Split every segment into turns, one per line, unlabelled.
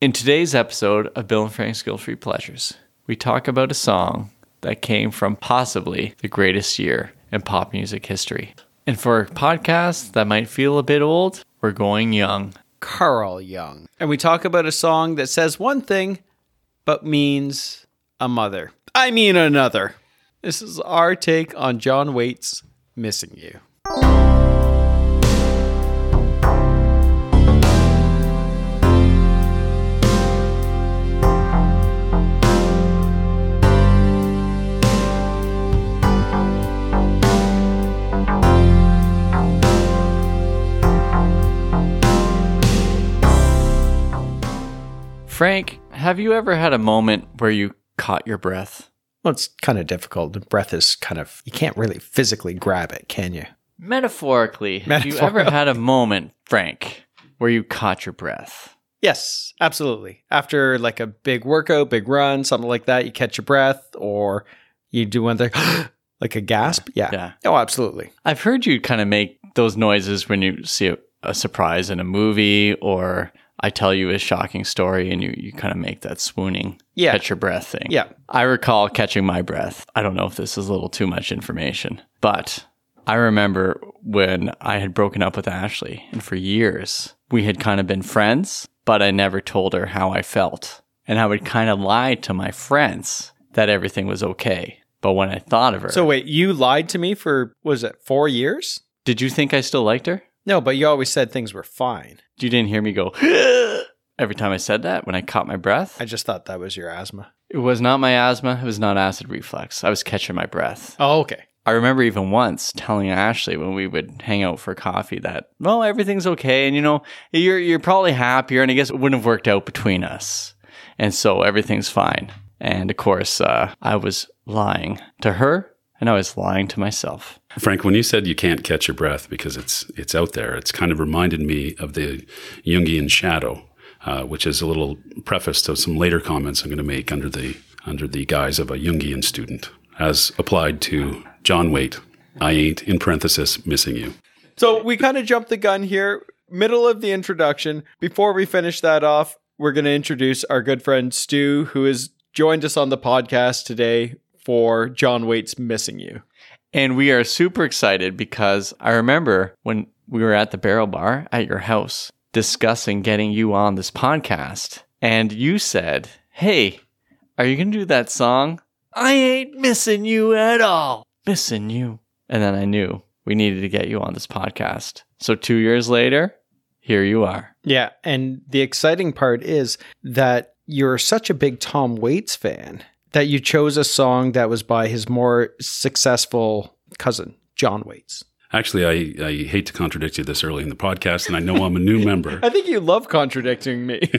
In today's episode of Bill and Frank's Guilt Free Pleasures, we talk about a song that came from possibly the greatest year in pop music history. And for a podcast that might feel a bit old, we're going young.
Carl Young. And we talk about a song that says one thing, but means a mother. I mean another. This is our take on John Waite's Missing You.
Frank, have you ever had a moment where you caught your breath?
Well, it's kind of difficult. The breath is kind of, you can't really physically grab it, can you?
Metaphorically, have you ever had a moment, Frank, where you caught your breath?
Yes, absolutely. After like a big workout, big run, something like that, you catch your breath or you do one thing like a gasp. Yeah.
Yeah.
Oh, absolutely.
I've heard you kind of make those noises when you see a, a surprise in a movie or I tell you a shocking story and you, you kind of make that swooning,
Yeah.
catch your breath thing.
Yeah.
I recall catching my breath. I don't know if this is a little too much information, but I remember when I had broken up with Ashley, and for years we had kind of been friends, but I never told her how I felt. And I would kind of lie to my friends that everything was okay. But when I thought of her,
So wait, you lied to me for, was it four years?
did you think I still liked her?
No, but you always said things were fine.
You didn't hear me go every time I said that when I caught my breath.
I just thought that was your asthma.
It was not my asthma. It was not acid reflux. I was catching my breath.
Oh, okay.
I remember even once telling Ashley when we would hang out for coffee that, well, everything's okay. And, you know, you're, you're probably happier. And I guess it wouldn't have worked out between us. And so everything's fine. And of course, uh, I was lying to her and I was lying to myself.
Frank, when you said you can't catch your breath because it's it's out there, it's kind of reminded me of the Jungian shadow, uh, which is a little preface to some later comments I'm going to make under the under the guise of a Jungian student, as applied to John Waite. I ain't in parenthesis missing you.
So we kind of jumped the gun here, middle of the introduction. Before we finish that off, we're going to introduce our good friend Stu, who has joined us on the podcast today for John Waite's Missing You.
And we are super excited because I remember when we were at the barrel bar at your house discussing getting you on this podcast. And you said, Hey, are you going to do that song? I ain't missing you at all. Missing you. And then I knew we needed to get you on this podcast. So two years later, here you are.
Yeah. And the exciting part is that you're such a big Tom Waits fan that you chose a song that was by his more successful cousin, John Waits.
Actually, I, I hate to contradict you this early in the podcast, and I know I'm a new member.
I think you love contradicting me.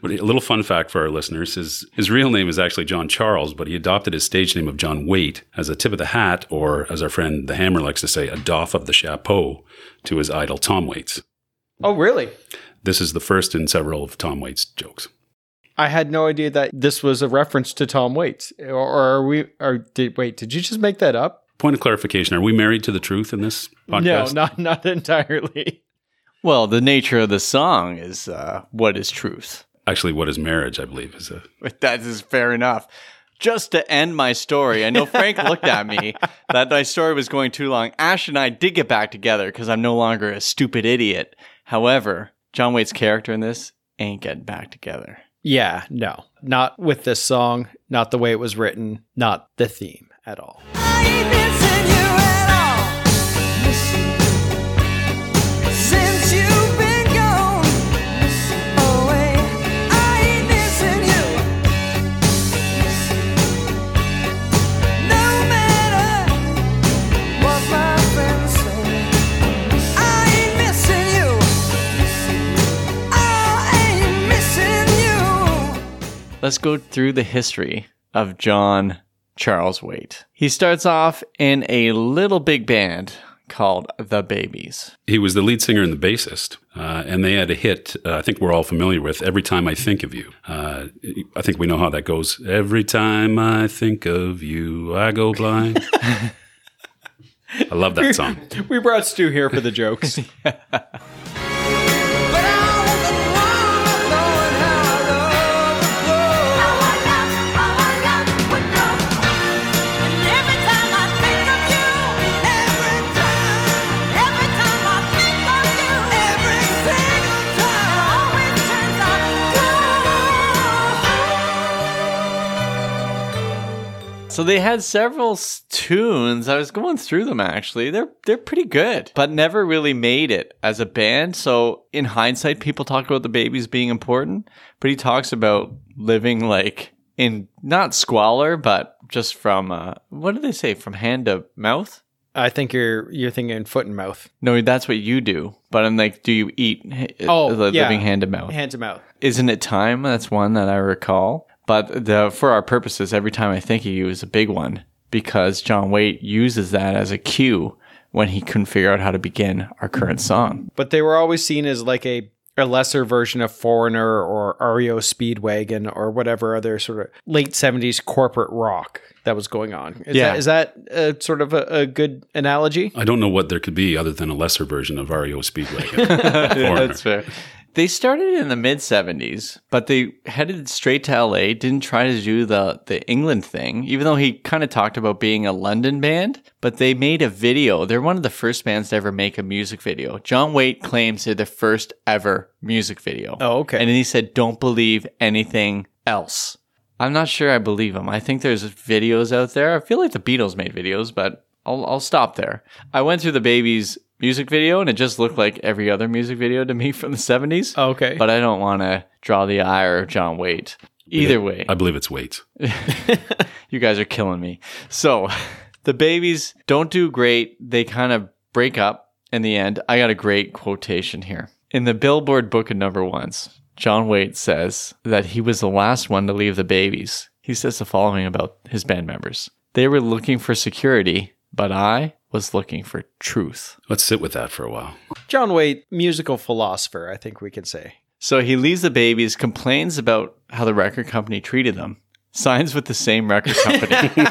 But a little fun fact for our listeners is his real name is actually John Charles, but he adopted his stage name of John Waite as a tip of the hat, or as our friend the Hammer likes to say, a doff of the chapeau to his idol Tom Waits.
oh, really?
This is the first in several of Tom Waits' jokes.
I had no idea that this was a reference to Tom Waits. Or, or are we? Or did wait? Did you just make that up?
Point of clarification: Are we married to the truth in this podcast?
No, not not entirely.
Well, the nature of the song is uh, what is truth?
Actually, what is marriage? I believe is a
But that is fair enough. Just to end my story, I know Frank looked at me that my story was going too long. Ash and I did get back together because I'm no longer a stupid idiot. However, John Waite's character in this ain't getting back together.
Yeah, no, not with this song. Not the way it was written. Not the theme at all.
I ain't missing you at all. Missing you since you've been gone away. I ain't missing you. No matter what my friends say, I ain't missing you. I ain't missing you.
Let's go through the history of John Charles Waite. He starts off in a little big band called The Babies.
He was the lead singer and the bassist, uh, and they had a hit. Uh, I think we're all familiar with "Every Time I Think of You." Uh, I think we know how that goes. Every time I think of you, I go blind. I love that song.
We brought Stu here for the jokes.
But I wasn't one knowing how to
so they had several s- tunes. I was going through them actually. They're they're pretty good, but never really made it as a band. So in hindsight, people talk about the babies being important, but he talks about living like in not squalor, but just from uh, what do they say from hand to mouth?
I think you're you're thinking foot and mouth,
No, that's what you do. But I'm like, do you eat? h-
Oh,
the
yeah.
living hand to mouth.
hand to mouth.
Isn't it time? That's one that I recall. But the for our purposes, every time I think of you is a big one because John Waite uses that as a cue when he couldn't figure out how to begin our current song.
But they were always seen as like a a lesser version of Foreigner or REO Speedwagon or whatever other sort of late seventies corporate rock that was going on. Is
Yeah.
that, is that uh sort of a, a good analogy?
I don't know what there could be other than a lesser version of E REO Speedwagon.
That's fair. They started in the mid 70s, but they headed straight to LA, didn't try to do the, the England thing, even though he kind of talked about being a London band. But they made a video. They're one of the first bands to ever make a music video. John Waite claims they're the first ever music video.
Oh, okay.
And then he said, don't believe anything else. I'm not sure I believe him. I think there's videos out there. I feel like the Beatles made videos, but I'll, I'll stop there. I went through the Babies music video and it just looked like every other music video to me from the 70s.
Oh, Okay.
But I don't want to draw the ire of John Waite. Either way,
I believe it's weight.
you guys are killing me. So the Babies don't do great. They kind of break up in the end. I got a great quotation here. In the Billboard Book of Number Ones, John Waite says that he was the last one to leave the Babies. He says the following about his band members They were looking for security, but I was looking for truth.
Let's sit with that for a while.
John Waite, musical philosopher, I think we can say.
So he leaves the babies, complains about how the record company treated them, signs with the same record company.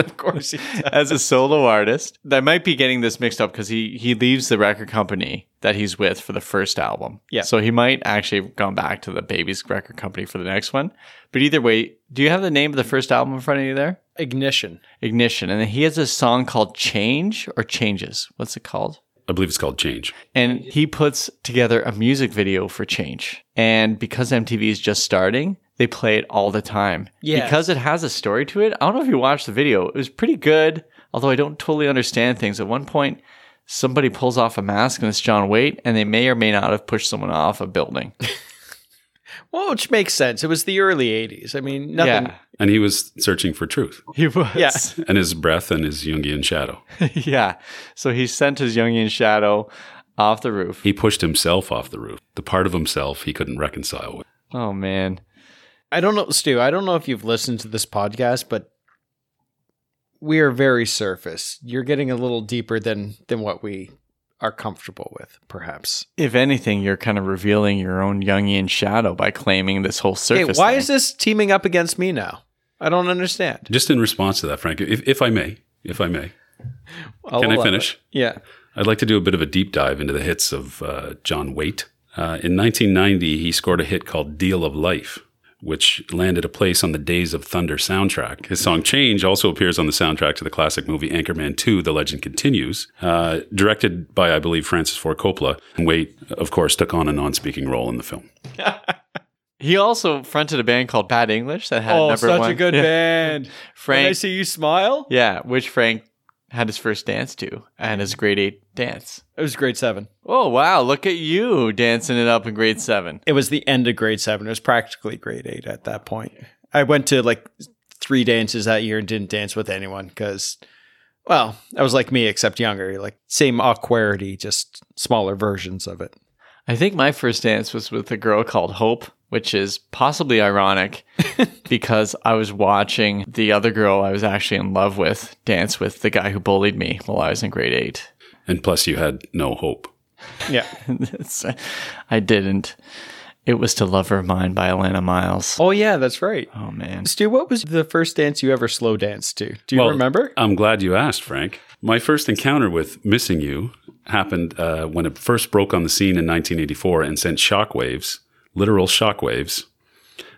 Of course.
as a solo artist. I might be getting this mixed up because he he leaves the record company that he's with for the first album.
Yeah.
So he might actually have gone back to the Babies record company for the next one. But either way, do you have the name of the first album in front of you there?
Ignition.
Ignition. And then he has a song called Change or Changes. What's it called?
I believe it's called Change.
And he puts together a music video for Change. And because MTV is just starting, they play it all the time.
Yes.
Because it has a story to it. I don't know if you watched the video. It was pretty good, although I don't totally understand things. At one point, somebody pulls off a mask and it's John Waite, and they may or may not have pushed someone off a building.
Well, which makes sense. It was the early 80s. I mean, nothing.
Yeah.
And he was searching for truth
He was.
Yeah.
and his breath and his Jungian shadow.
yeah. So he sent his Jungian shadow off the roof.
He pushed himself off the roof, the part of himself he couldn't reconcile with.
Oh, man.
I don't know, Stu, I don't know if you've listened to this podcast, but we are very surface. You're getting a little deeper than than what we are comfortable with, perhaps.
If anything, you're kind of revealing your own Jungian shadow by claiming this whole
Hey,
surface.
why
thing.
is this teaming up against me now? I don't understand.
Just in response to that, Frank, if, if I may, if I may,
I'll uh,
can
allow
I finish?
it. Yeah.
I'd like to do a bit of a deep dive into the hits of uh, John Waite. Uh, in 1990, he scored a hit called Deal of Life, which landed a place on the Days of Thunder soundtrack. His song Change also appears on the soundtrack to the classic movie Anchorman 2, The Legend Continues, uh, directed by, I believe, Francis Ford Coppola. And Waite, of course, took on a non speaking role in the film.
He also fronted a band called Bad English that had
Oh,
number Oh, one. Yeah.
band.
Frank.
you smile.
Yeah, which Frank had his first dance to and his grade eight dance.
It was grade seven.
Oh wow, look at you dancing it up in grade seven.
It was the end of grade seven. It was practically grade eight at that point. I went to like three dances that year and didn't dance with anyone because, well, I was like me except younger. Like same awkwardity, just smaller versions of it.
I think my first dance was with a girl called Hope, which is possibly ironic because I was watching the other girl I was actually in love with dance with the guy who bullied me while I was in grade eight.
And plus, you had no hope.
Yeah.
It's- I didn't. It was to Lover of Mine by Alana Miles.
oh yeah, that's right.
Oh man.
Stu, what was the first dance you ever slow danced to? Do you
Well, uh,
remember?
I'm glad you asked, Frank. My first encounter with Missing You happened uh, when it first broke on the scene in 1984 and sent shockwaves, literal shockwaves,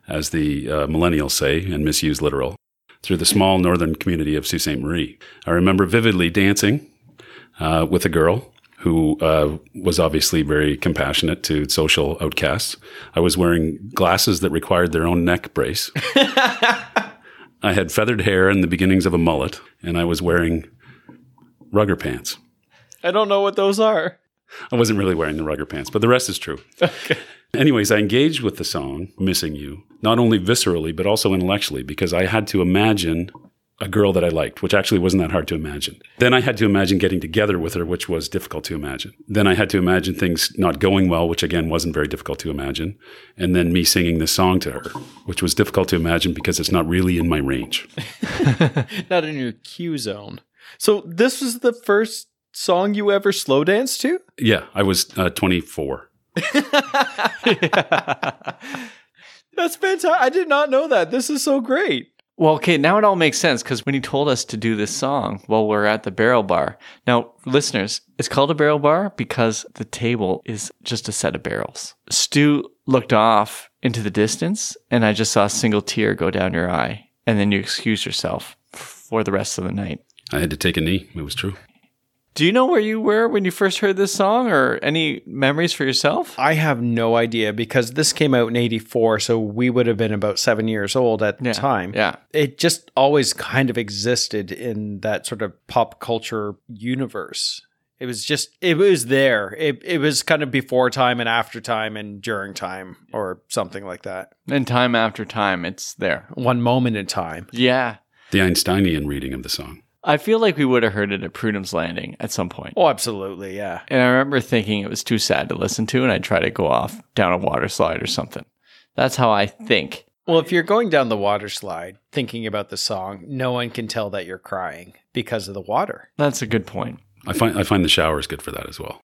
as the uh, millennials say and misuse literal, through the small northern community of Sault Ste. Marie. I remember vividly dancing uh, with a girl who uh, was obviously very compassionate to social outcasts. I was wearing glasses that required their own neck brace. I had feathered hair and the beginnings of a mullet, and I was wearing rugger pants.
I don't know what those are.
I wasn't really wearing the rugger pants, but the rest is true. Anyways, I engaged with the song Missing You, not only viscerally, but also intellectually, because I had to imagine a girl that I liked, which actually wasn't that hard to imagine. Then I had to imagine getting together with her, which was difficult to imagine. Then I had to imagine things not going well, which again wasn't very difficult to imagine. And then me singing this song to her, which was difficult to imagine because it's not really in my range.
Not in your Q zone. So this was the first song you ever slow danced to?
Yeah, I was uh, 24.
That's fantastic. I did not know that. This is so great.
Well, okay, now it all makes sense because when he told us to do this song while we're at the barrel bar. Now, listeners, it's called a barrel bar because the table is just a set of barrels. Stu looked off into the distance and I just saw a single tear go down your eye. And then you excused yourself for the rest of the night.
I had to take a knee. It was true.
Do you know where you were when you first heard this song or any memories for yourself?
I have no idea because this came out in 84, so we would have been about seven years old at the time.
Yeah.
It just always kind of existed in that sort of pop culture universe. It was just, it was there. It, it was kind of before time and after time and during time or something like that.
And time after time, it's there.
One moment in time.
Yeah.
The Einsteinian reading of the song.
I feel like we would have heard it at Prudham's Landing at some point.
Oh, absolutely. Yeah.
And I remember thinking it was too sad to listen to, and I'd try to go off down a water slide or something. That's how I think.
Well, if you're going down the water slide thinking about the song, no one can tell that you're crying because of the water.
That's a good point.
I find I find the shower is good for that as well.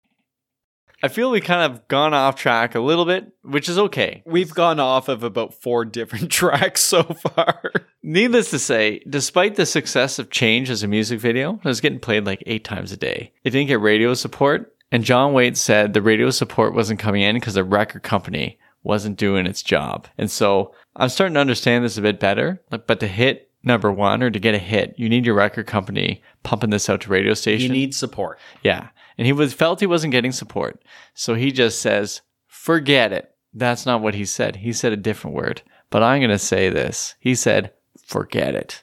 I feel we kind of gone off track a little bit, which is okay.
We've gone off of about four different tracks so far.
Needless to say, despite the success of Change as a music video, it was getting played like eight times a day. It didn't get radio support, and John Waite said the radio support wasn't coming in because the record company wasn't doing its job. And so I'm starting to understand this a bit better, like, but to hit number one or to get a hit, you need your record company pumping this out to radio stations.
You need support.
Yeah. And he was felt he wasn't getting support. So he just says, forget it. That's not what he said. He said a different word. But I'm going to say this. He said, forget it.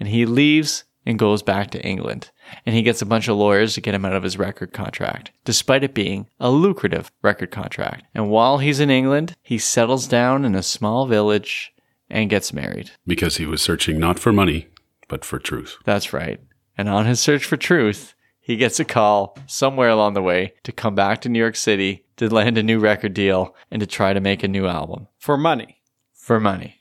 And he leaves and goes back to England. And he gets a bunch of lawyers to get him out of his record contract, despite it being a lucrative record contract. And while he's in England, he settles down in a small village and gets married.
Because he was searching not for money, but for truth.
That's right. And on his search for truth, he gets a call somewhere along the way to come back to New York City to land a new record deal and to try to make a new album
For money.
for money,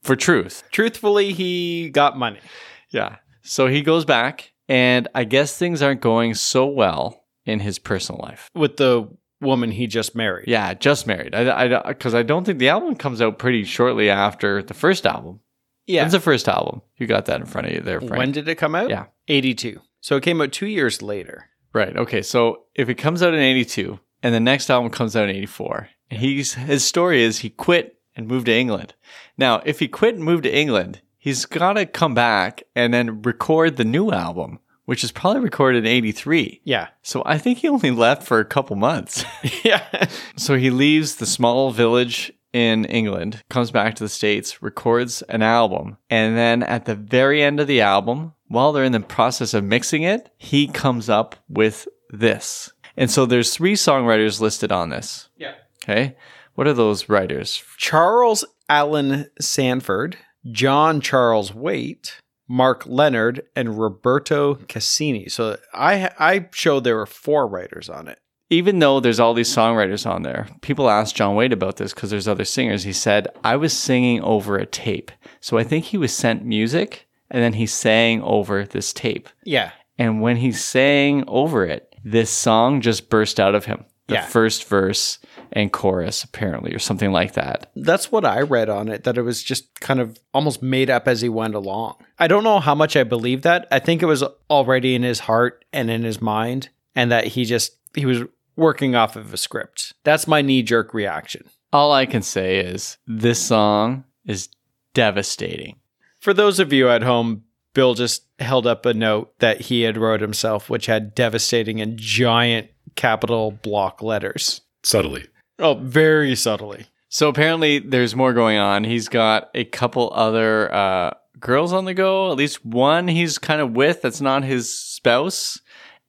for truth.
Truthfully, he got money.
Yeah. So he goes back, and I guess things aren't going so well in his personal life.
With the woman he just married.
Yeah, just married. I, I, because I don't think the album comes out pretty shortly after the first album.
Yeah.
That's the first album. You got that in front of you there, Frank.
when did it come out?
Yeah.
82. So it came out two years later.
Right. Okay. So if it comes out in 82 and the next album comes out in 84, and he's, his story is he quit and moved to England. Now, if he quit and moved to England, he's got to come back and then record the new album, which is probably recorded in 83.
Yeah.
So I think he only left for a couple months.
yeah.
So he leaves the small village in England, comes back to the States, records an album, and then at the very end of the album, while they're in the process of mixing it, he comes up with this. And so there's three songwriters listed on this.
Yeah.
Okay. What are those writers?
Charles Allen Sanford, John Charles Waite, Mark Leonard, and Roberto Cassini. So I I showed there were four writers on it.
Even though there's all these songwriters on there, people asked John Wade about this because there's other singers. He said, I was singing over a tape. So I think he was sent music and then he sang over this tape.
Yeah.
And when he sang over it, this song just burst out of him. The
Yeah.
first verse and chorus, apparently, or something like that.
That's what I read on it, that it was just kind of almost made up as he went along. I don't know how much I believe that. I think it was already in his heart and in his mind, and that he just, he was working off of a script. That's my knee jerk reaction.
All I can say is this song is devastating.
For those of you at home, Bill just held up a note that he had wrote himself, which had devastating in giant capital block letters.
Subtly.
Oh, very subtly.
So apparently, there's more going on. He's got a couple other uh, girls on the go. At least one he's kind of with that's not his spouse.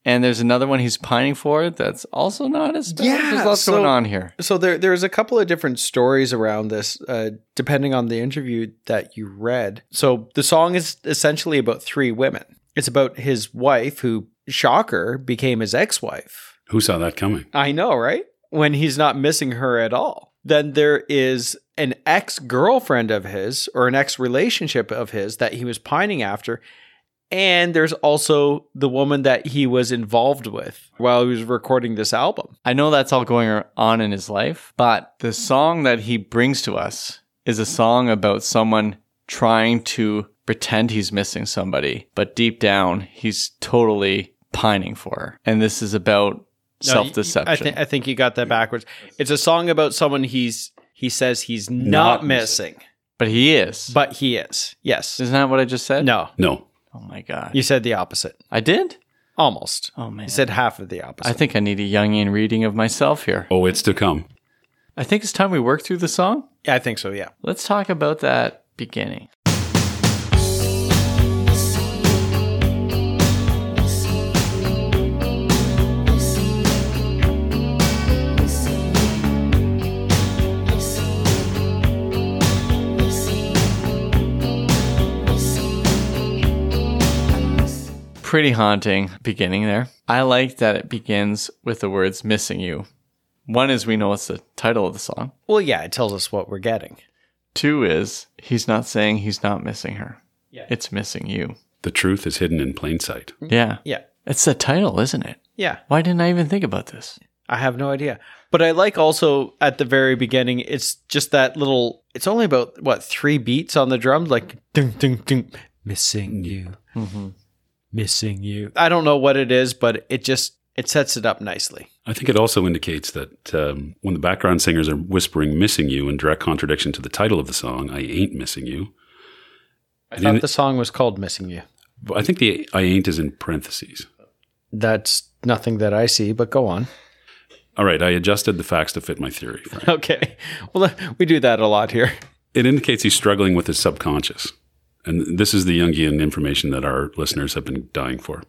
And there's another one he's pining for that's also not his spouse.
Yeah,
There's lots
so-
going on here.
So there, there's a couple of different stories around this, uh, depending on the interview that you read. So the song is essentially about three women. It's about his wife, who, shocker, became his ex-wife.
Who saw that coming?
I know, right? When he's not missing her at all. Then there is an ex-girlfriend of his, or an ex-relationship of his that he was pining after. And there's also the woman that he was involved with while he was recording this album.
I know that's all going on in his life, but the song that he brings to us is a song about someone trying to pretend he's missing somebody, but deep down, he's totally pining for her. And this is about
No,
self
I,
deception.
thi- I think you got that backwards. It's a song about someone he's he says he's not,
Not
missing,
but he is. But-
but he is. Yes.
Isn't that what I just said?
No.
No.
Oh my God.
You said the opposite.
I did?
Almost.
Oh man.
You said half of the opposite.
I think I need a Jungian reading of myself here.
Oh, it's to come.
I think it's time we work through the song.
I think so, yeah.
Let's talk about that beginning. Pretty haunting beginning there. I like that it begins with the words missing you. One is we know it's the title of the song.
Well, yeah, it tells us what we're getting.
Two is he's not saying he's not missing her. Yeah. It's missing you.
The truth is hidden in plain sight.
Yeah.
Yeah.
It's the title, isn't it?
Yeah.
Why didn't I even think about this?
I have no idea. But I like also at the very beginning, it's just that little it's only about what, three beats on the drum, like ding ding ding. Missing you.
Mm-hmm.
Missing you. I don't know what it is, but it just it sets it up nicely.
I think it also indicates that um, when the background singers are whispering "missing you" in direct contradiction to the title of the song, "I ain't missing you."
I
And-
thought the song was called Missing You.
I think the "I ain't" is in parentheses.
That's nothing that I see, but go on.
All right, I adjusted the facts to fit my theory. Frank.
Okay. Well, we do that a lot here.
It indicates he's struggling with his subconscious, and this is the Jungian information that our listeners have been dying for.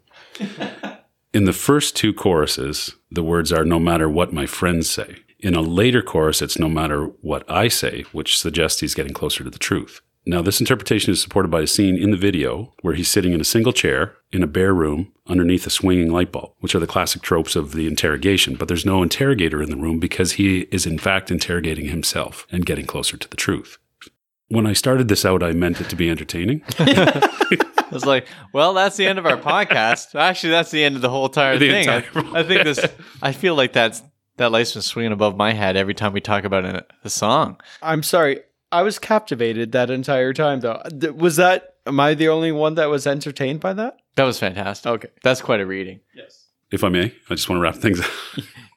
in the first two choruses, the words are "no matter what my friends say." In a later chorus, it's "no matter what I say," which suggests he's getting closer to the truth. Now, this interpretation is supported by a scene in the video where he's sitting in a single chair in a bare room underneath a swinging light bulb, which are the classic tropes of the interrogation. But there's no interrogator in the room because he is, in fact, interrogating himself and getting closer to the truth. When I started this out, I meant it to be entertaining.
I was like, well, that's the end of our podcast. Actually, that's the end of the whole entire
The
thing. I-
entire-
I, think this, I feel like that's that light's been swinging above my head every time we talk about a, a song.
I'm sorry. I was captivated that entire time, though. Th- Was that, am I the only one that was entertained by that?
That was fantastic. Okay. That's quite a reading.
if I may, I just want to wrap things up.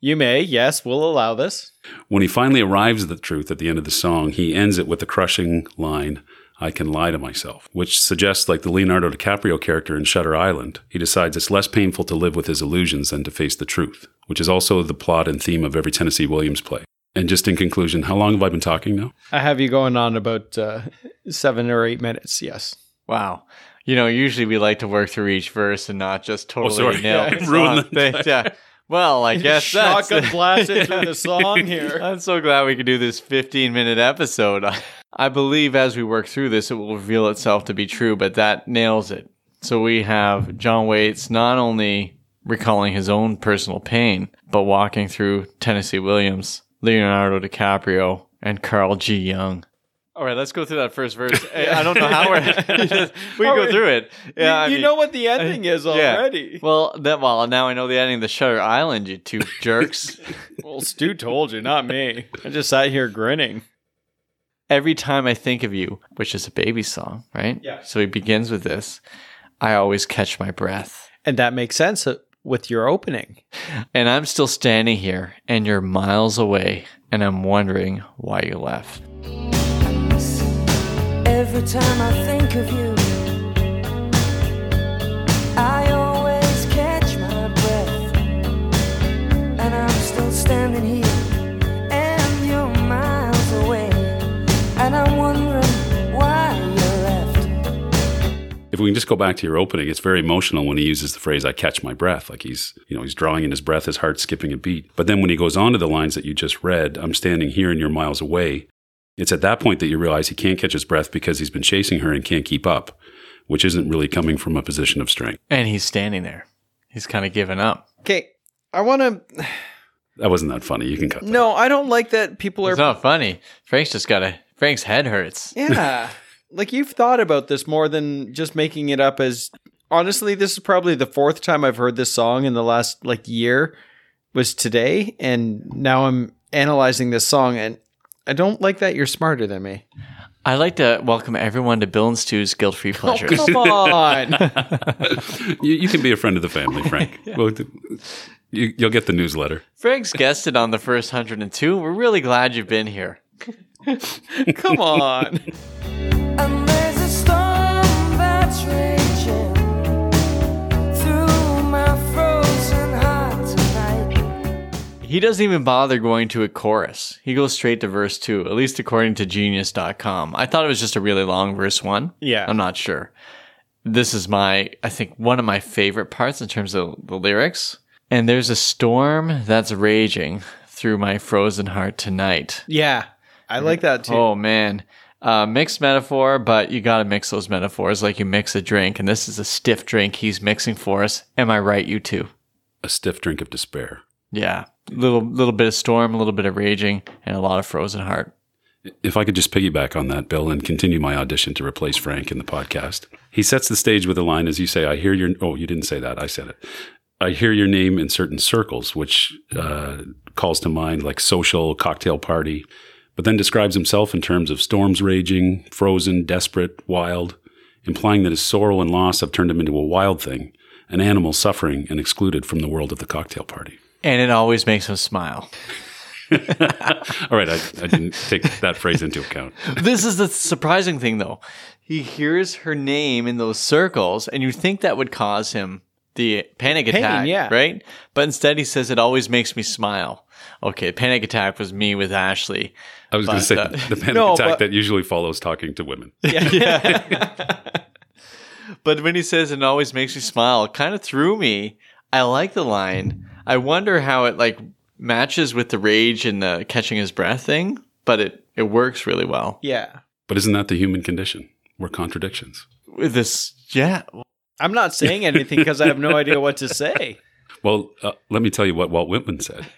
You may. Yes, we'll allow this.
When he finally arrives at the truth at the end of the song, he ends it with the crushing line, I can lie to myself, which suggests, like the Leonardo DiCaprio character in Shutter Island, he decides it's less painful to live with his illusions than to face the truth, which is also the plot and theme of every Tennessee Williams play. And just in conclusion, how long have I been talking now?
I have you going on about uh, seven or eight minutes. Yes.
Wow. You know, usually we like to work through each verse and not just totally
Oh, sorry.
nail
Yeah,
the
I ruined
song.
the
Thanks, yeah. Well, I guess that's
Shotgun blasted through the song here.
I'm so glad we could do this 15 minute episode. I believe as we work through this, it will reveal itself to be true, but that nails it. So we have John Waits not only recalling his own personal pain, but walking through Tennessee Williams, Leonardo DiCaprio, and Carl G. Young. All right, let's go through that first verse. I- I don't know how we're. we can go through it. Yeah, I
you
mean-
know what the ending is
yeah.
already.
Well, that well now I know the ending of the Shutter Island. You two jerks.
Well, Stu told you, not me. I just sat here grinning.
Every time I think of you, which is a baby song, right? Yeah. So he begins with this. I always catch my breath.
And that makes sense uh, with your opening.
And I'm still standing here and you're miles away and I'm wondering why you left.
Every time I think of you, I always catch my breath. And I'm still standing here, and you're miles away. And I'm wondering why you left.
if we can just go back to your opening, it's very emotional when he uses the phrase "I catch my breath," like he's you know he's drawing in his breath, his heart skipping a beat. But then when he goes on to the lines that you just read, "I'm standing here and you're miles away," it's at that point that you realize he can't catch his breath because he's been chasing her and can't keep up, which isn't really coming from a position of strength.
And he's standing there. He's kind of given up.
Okay, I want to.
That wasn't that funny. You can cut that.
No, I don't like that people are.
It's not funny. Frank's just got a Frank's head hurts.
Yeah. like you've thought about this more than just making it up as honestly, this is probably the fourth time I've heard this song in the last like year was today and now I'm analyzing this song and I don't like that you're smarter than me.
I'd like to welcome everyone to Bill and Stu's Guilt Free Pleasures.
Oh, Come on.
You, you can be a friend of the family, Frank. Well, you, you'll get the newsletter.
Frank's guested on the first 102. We're really glad you've been here.
Come on.
And there's a storm that's raging through my frozen heart tonight.
He doesn't even bother going to a chorus. He goes straight to verse two, at least according to genius.com. I thought it was just a really long verse one.
Yeah.
I'm not sure. This is my, I think, one of my favorite parts in terms of the lyrics. And there's a storm that's raging through my frozen heart tonight.
Yeah. I like that too.
Oh man, uh, mixed metaphor, but you got to mix those metaphors like you mix a drink, and this is a stiff drink he's mixing for us. Am I right, you two?
A stiff drink of despair.
Yeah, little little bit of storm, a little bit of raging, and a lot of frozen heart.
If I could just piggyback on that, Bill, and continue my audition to replace Frank in the podcast. He sets the stage with a line, as you say, I hear your, oh, you didn't say that. I said it. I hear your name in certain circles, which uh, calls to mind like social, cocktail party, but then describes himself in terms of storms raging, frozen, desperate, wild, implying that his sorrow and loss have turned him into a wild thing, an animal suffering and excluded from the world of the cocktail party.
And it always makes him smile.
All right, I, I didn't take that phrase into account.
this is the surprising thing, though. He hears her name in those circles, and you think that would cause him the panic attack,
yeah.
right? But instead, he says it always makes me smile. Okay, panic attack was me with Ashley.
I was going to
But,
say
uh,
the panic
no,
attack
but-
that usually follows talking to women.
But when he says it always makes me smile, it kind of threw me. I like the line. I wonder how it like matches with the rage and the catching his breath thing, but it it works really well.
Yeah.
But isn't that the human condition? We're contradictions.
With this, yeah,
I'm not saying anything because I have no idea what to say.
Well, uh, let me tell you what Walt Whitman said.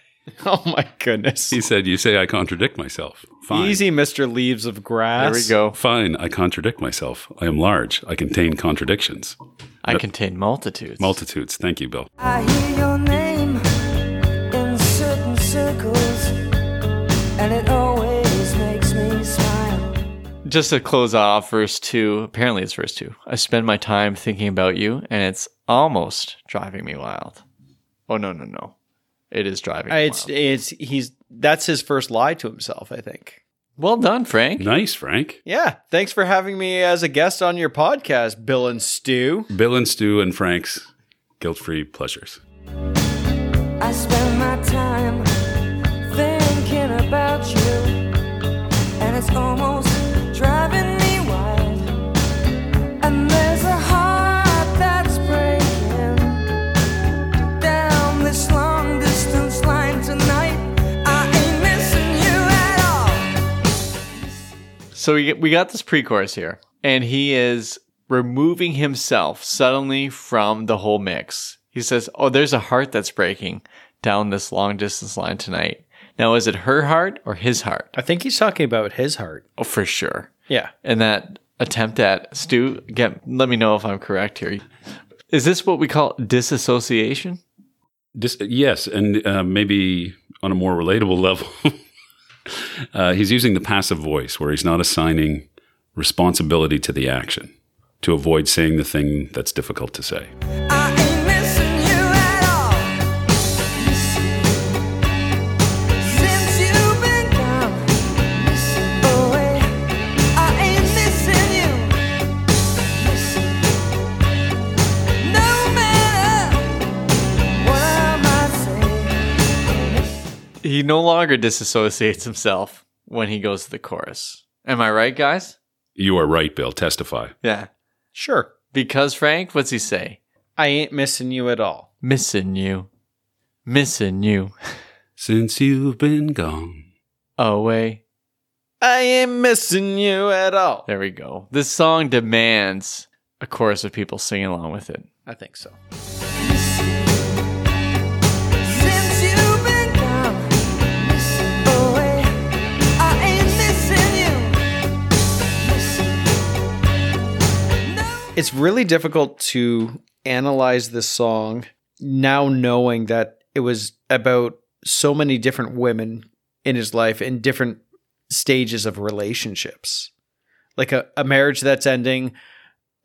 Oh my goodness.
He said, "You say I contradict myself. Fine,
Easy, Mr. Leaves of
there
Grass.
we go.
fine. I contradict myself. I am large. I contain contradictions,
I contain multitudes.
multitudes. Thank you, Bill.
I hear your name in certain circles, and it always makes me smile.
Just to close off, verse two. Apparently, it's verse two. I spend my time thinking about you, and it's almost driving me wild. Oh no, no, no! It is driving.
Uh,
me
It's
wild.
it's he's that's his first lie to himself, I think.
well done, Frank.
Nice, Frank.
Yeah, thanks for having me as a guest on your podcast, Bill and Stu.
Bill and Stu and Frank's guilt-free pleasures.
I spend my time thinking about you, and it's almost driving me wild. And there's a heart that's breaking down this long distance line tonight. I ain't missing you at all.
So we, we got this pre-chorus here, and he is removing himself suddenly from the whole mix. He says, "Oh, there's a heart that's breaking down this long distance line tonight." Now, is it her heart or his heart?
I think he's talking about his heart.
Oh, for sure.
Yeah.
And that attempt at Stu, again, let me know if I'm correct here. Is this what we call disassociation?
Dis- yes, and uh, maybe on a more relatable level, uh, he's using the passive voice where he's not assigning responsibility to the action to avoid saying the thing that's difficult to say.
I ain't missing you at all. Since you've been gone away, I ain't missing you. No matter what I might say,
He no longer disassociates himself when he goes to the chorus. Am I right, guys?
You are right, Bill. Testify.
Yeah.
Sure.
Because Frank, what's he say?
I ain't missing you at all.
Missing you. Missing you.
Since you've been gone.
Away.
I ain't missing you at all.
There we go. This song demands a chorus of people singing along with it.
I think so.
Since you've been gone, away, I ain't missing you.
It's really difficult to analyze this song now knowing that it was about so many different women in his life in different stages of relationships. Like a, a marriage that's ending,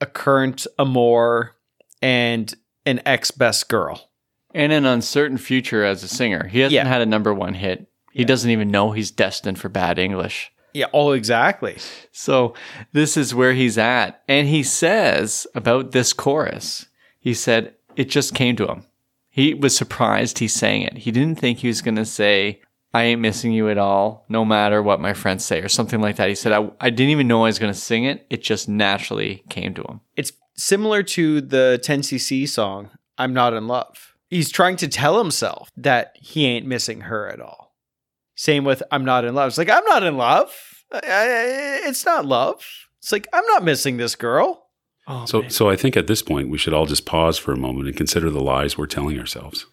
a current amour, and an ex best girl.
And an uncertain future as a singer. He hasn't
Yeah.
had a number one hit. He doesn't even know he's destined for bad English.
Yeah, oh, exactly.
So this is where he's at. And he says about this chorus, he said, it just came to him. He was surprised he sang it. He didn't think he was going to say, I ain't missing you at all, no matter what my friends say, or something like that. He said, I, I didn't even know I was going to sing it. It just naturally came to him.
It's similar to the 10cc song, I'm Not in Love. He's trying to tell himself that he ain't missing her at all. Same with I'm Not in Love. It's like, I'm not in love. I- I- it's not love. It's like, I'm not missing this girl.
Oh,
So, so I think at this point we should all just pause for a moment and consider the lies we're telling ourselves.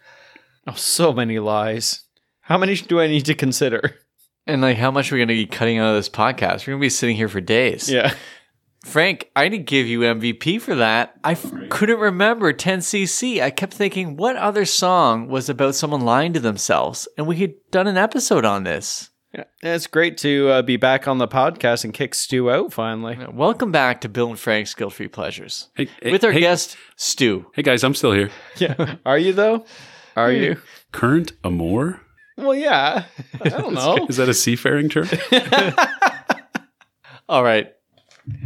Oh, so many lies. How many do I need to consider?
and like, how much are we going to be cutting out of this podcast? We're going to be sitting here for days.
Yeah.
Frank, I didn't give you MVP for that. I f- couldn't remember 10cc. I kept thinking, what other song was about someone lying to themselves? And we had done an episode on this.
yeah. It's great to uh, be back on the podcast and kick Stu out finally.
Welcome back to Bill and Frank's Guilt Free Pleasures
Hey, hey,
with our
hey,
guest, Stu.
Hey guys, I'm still here.
Yeah. Are you, though? Are you?
Current amour?
Well, yeah. I don't know.
Is that a seafaring term?
All right.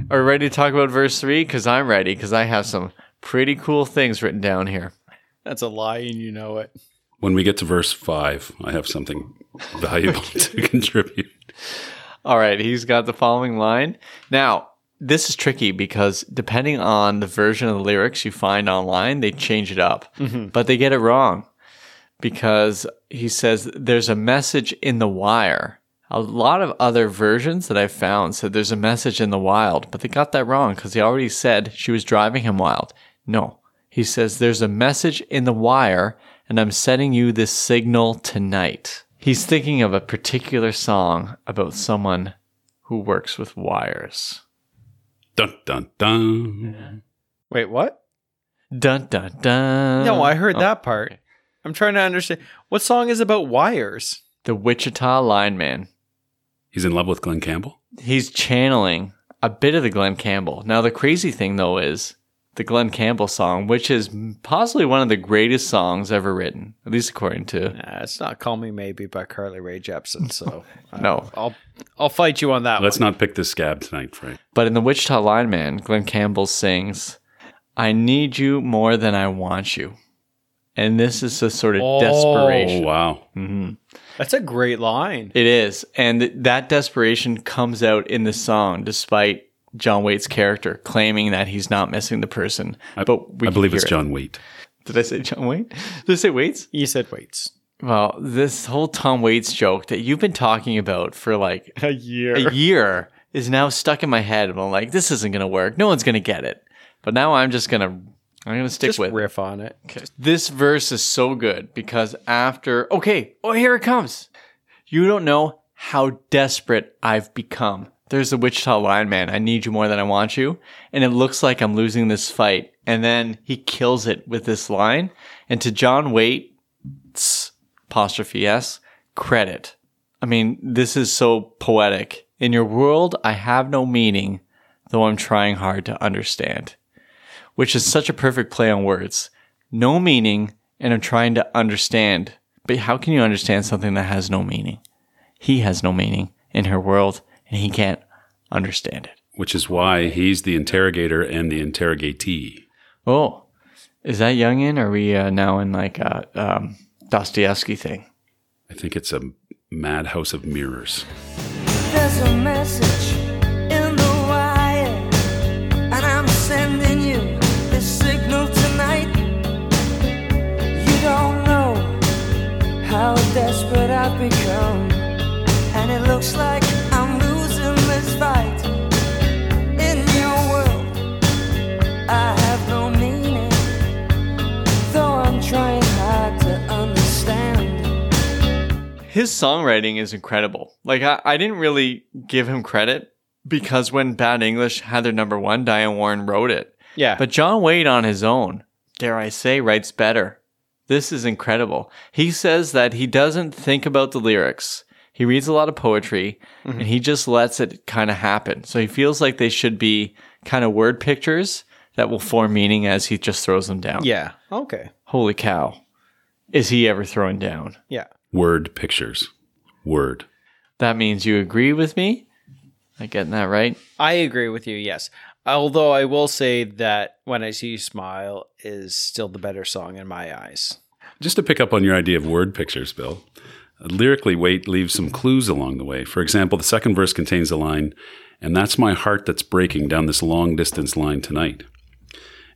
Are we ready to talk about verse three? Because I'm ready, because I have some pretty cool things written down here.
That's a lie and you know it.
when we get to verse five, I have something valuable to contribute.
All right, he's got the following line. Now, this is tricky because depending on the version of the lyrics you find online, they change it up, but they get it wrong because he says there's a message in the wire. A lot of other versions that I've found said there's a message in the wild, but they got that wrong because he already said she was driving him wild. No, he says there's a message in the wire, and I'm sending you this signal tonight. He's thinking of a particular song about someone who works with wires.
Dun dun dun.
Wait, what?
Dun dun dun.
No, I heard
Oh,
that part. I'm trying to understand what song is about wires.
The Wichita lineman.
He's in love with Glenn Campbell.
he's channeling a bit of the Glenn Campbell. Now, the crazy thing though is the Glenn Campbell song, which is possibly one of the greatest songs ever written, at least according to.
Nah, it's not "Call Me Maybe" by Carly Rae Jepsen. So uh,
No.
I'll I'll fight you on that
Let's
one.
not pick this scab tonight, Frank.
But in The Wichita Lineman, Glenn Campbell sings, I need you more than I want you. And this is a sort of
Oh.
Oh
desperation.
wow.
That's a great line.
It is. And th- that desperation comes out in the song, despite John Waite's character claiming that he's not missing the person. but we
I
can
believe it's
hear it.
John Wheat.
Did I say John Waite? Did I say Waits?
You said waits
Well, this whole Tom Waits joke that you've been talking about for like
a year.
a year is now stuck in my head. And I'm like, this isn't going to work. No one's going to get it. But now I'm just going to, I'm going to stick
Just
with
riff on it.
this verse is so good because after, okay, oh, here it comes. You don't know how desperate I've become. There's the Wichita lineman. I need you more than I want you. And it looks like I'm losing this fight. And then he kills it with this line. And to John Waite, s- apostrophe S, credit. I mean, this is so poetic. In your world, I have no meaning, though I'm trying hard to understand, which is such a perfect play on words no meaning and I'm trying to understand. But how can you understand something that has no meaning? He has no meaning in her world and he can't understand it.
Which is why he's the interrogator and the interrogatee.
Oh, is that Youngin? Are we uh, now in like a um, Dostoevsky thing?
I think it's a madhouse of mirrors.
There's a message in the wire, and I'm sending you I've become. And it looks like I'm losing this fight. In your world, I have no meaning. Though I'm trying hard to understand.
his songwriting is incredible. Like I, I didn't really give him credit because when Bad English had their number one, Diane Warren wrote it.
Yeah.
But John Wade on his own, dare I say, writes better. This is incredible. He says that he doesn't think about the lyrics. He reads a lot of poetry and he just lets it kind of happen. So he feels like they should be kind of word pictures that will form meaning as he just throws them down.
yeah. Okay.
Holy cow. Is he ever throwing down?
Yeah.
Word pictures. Word.
That means you agree with me. Am I getting that right?
I agree with you. Yes. Although I will say that When I See You Smile is still the better song in my eyes.
Just to pick up on your idea of word pictures, Bill, lyrically, Wait leaves some clues along the way. For example, the second verse contains the line, and that's my heart that's breaking down this long distance line tonight.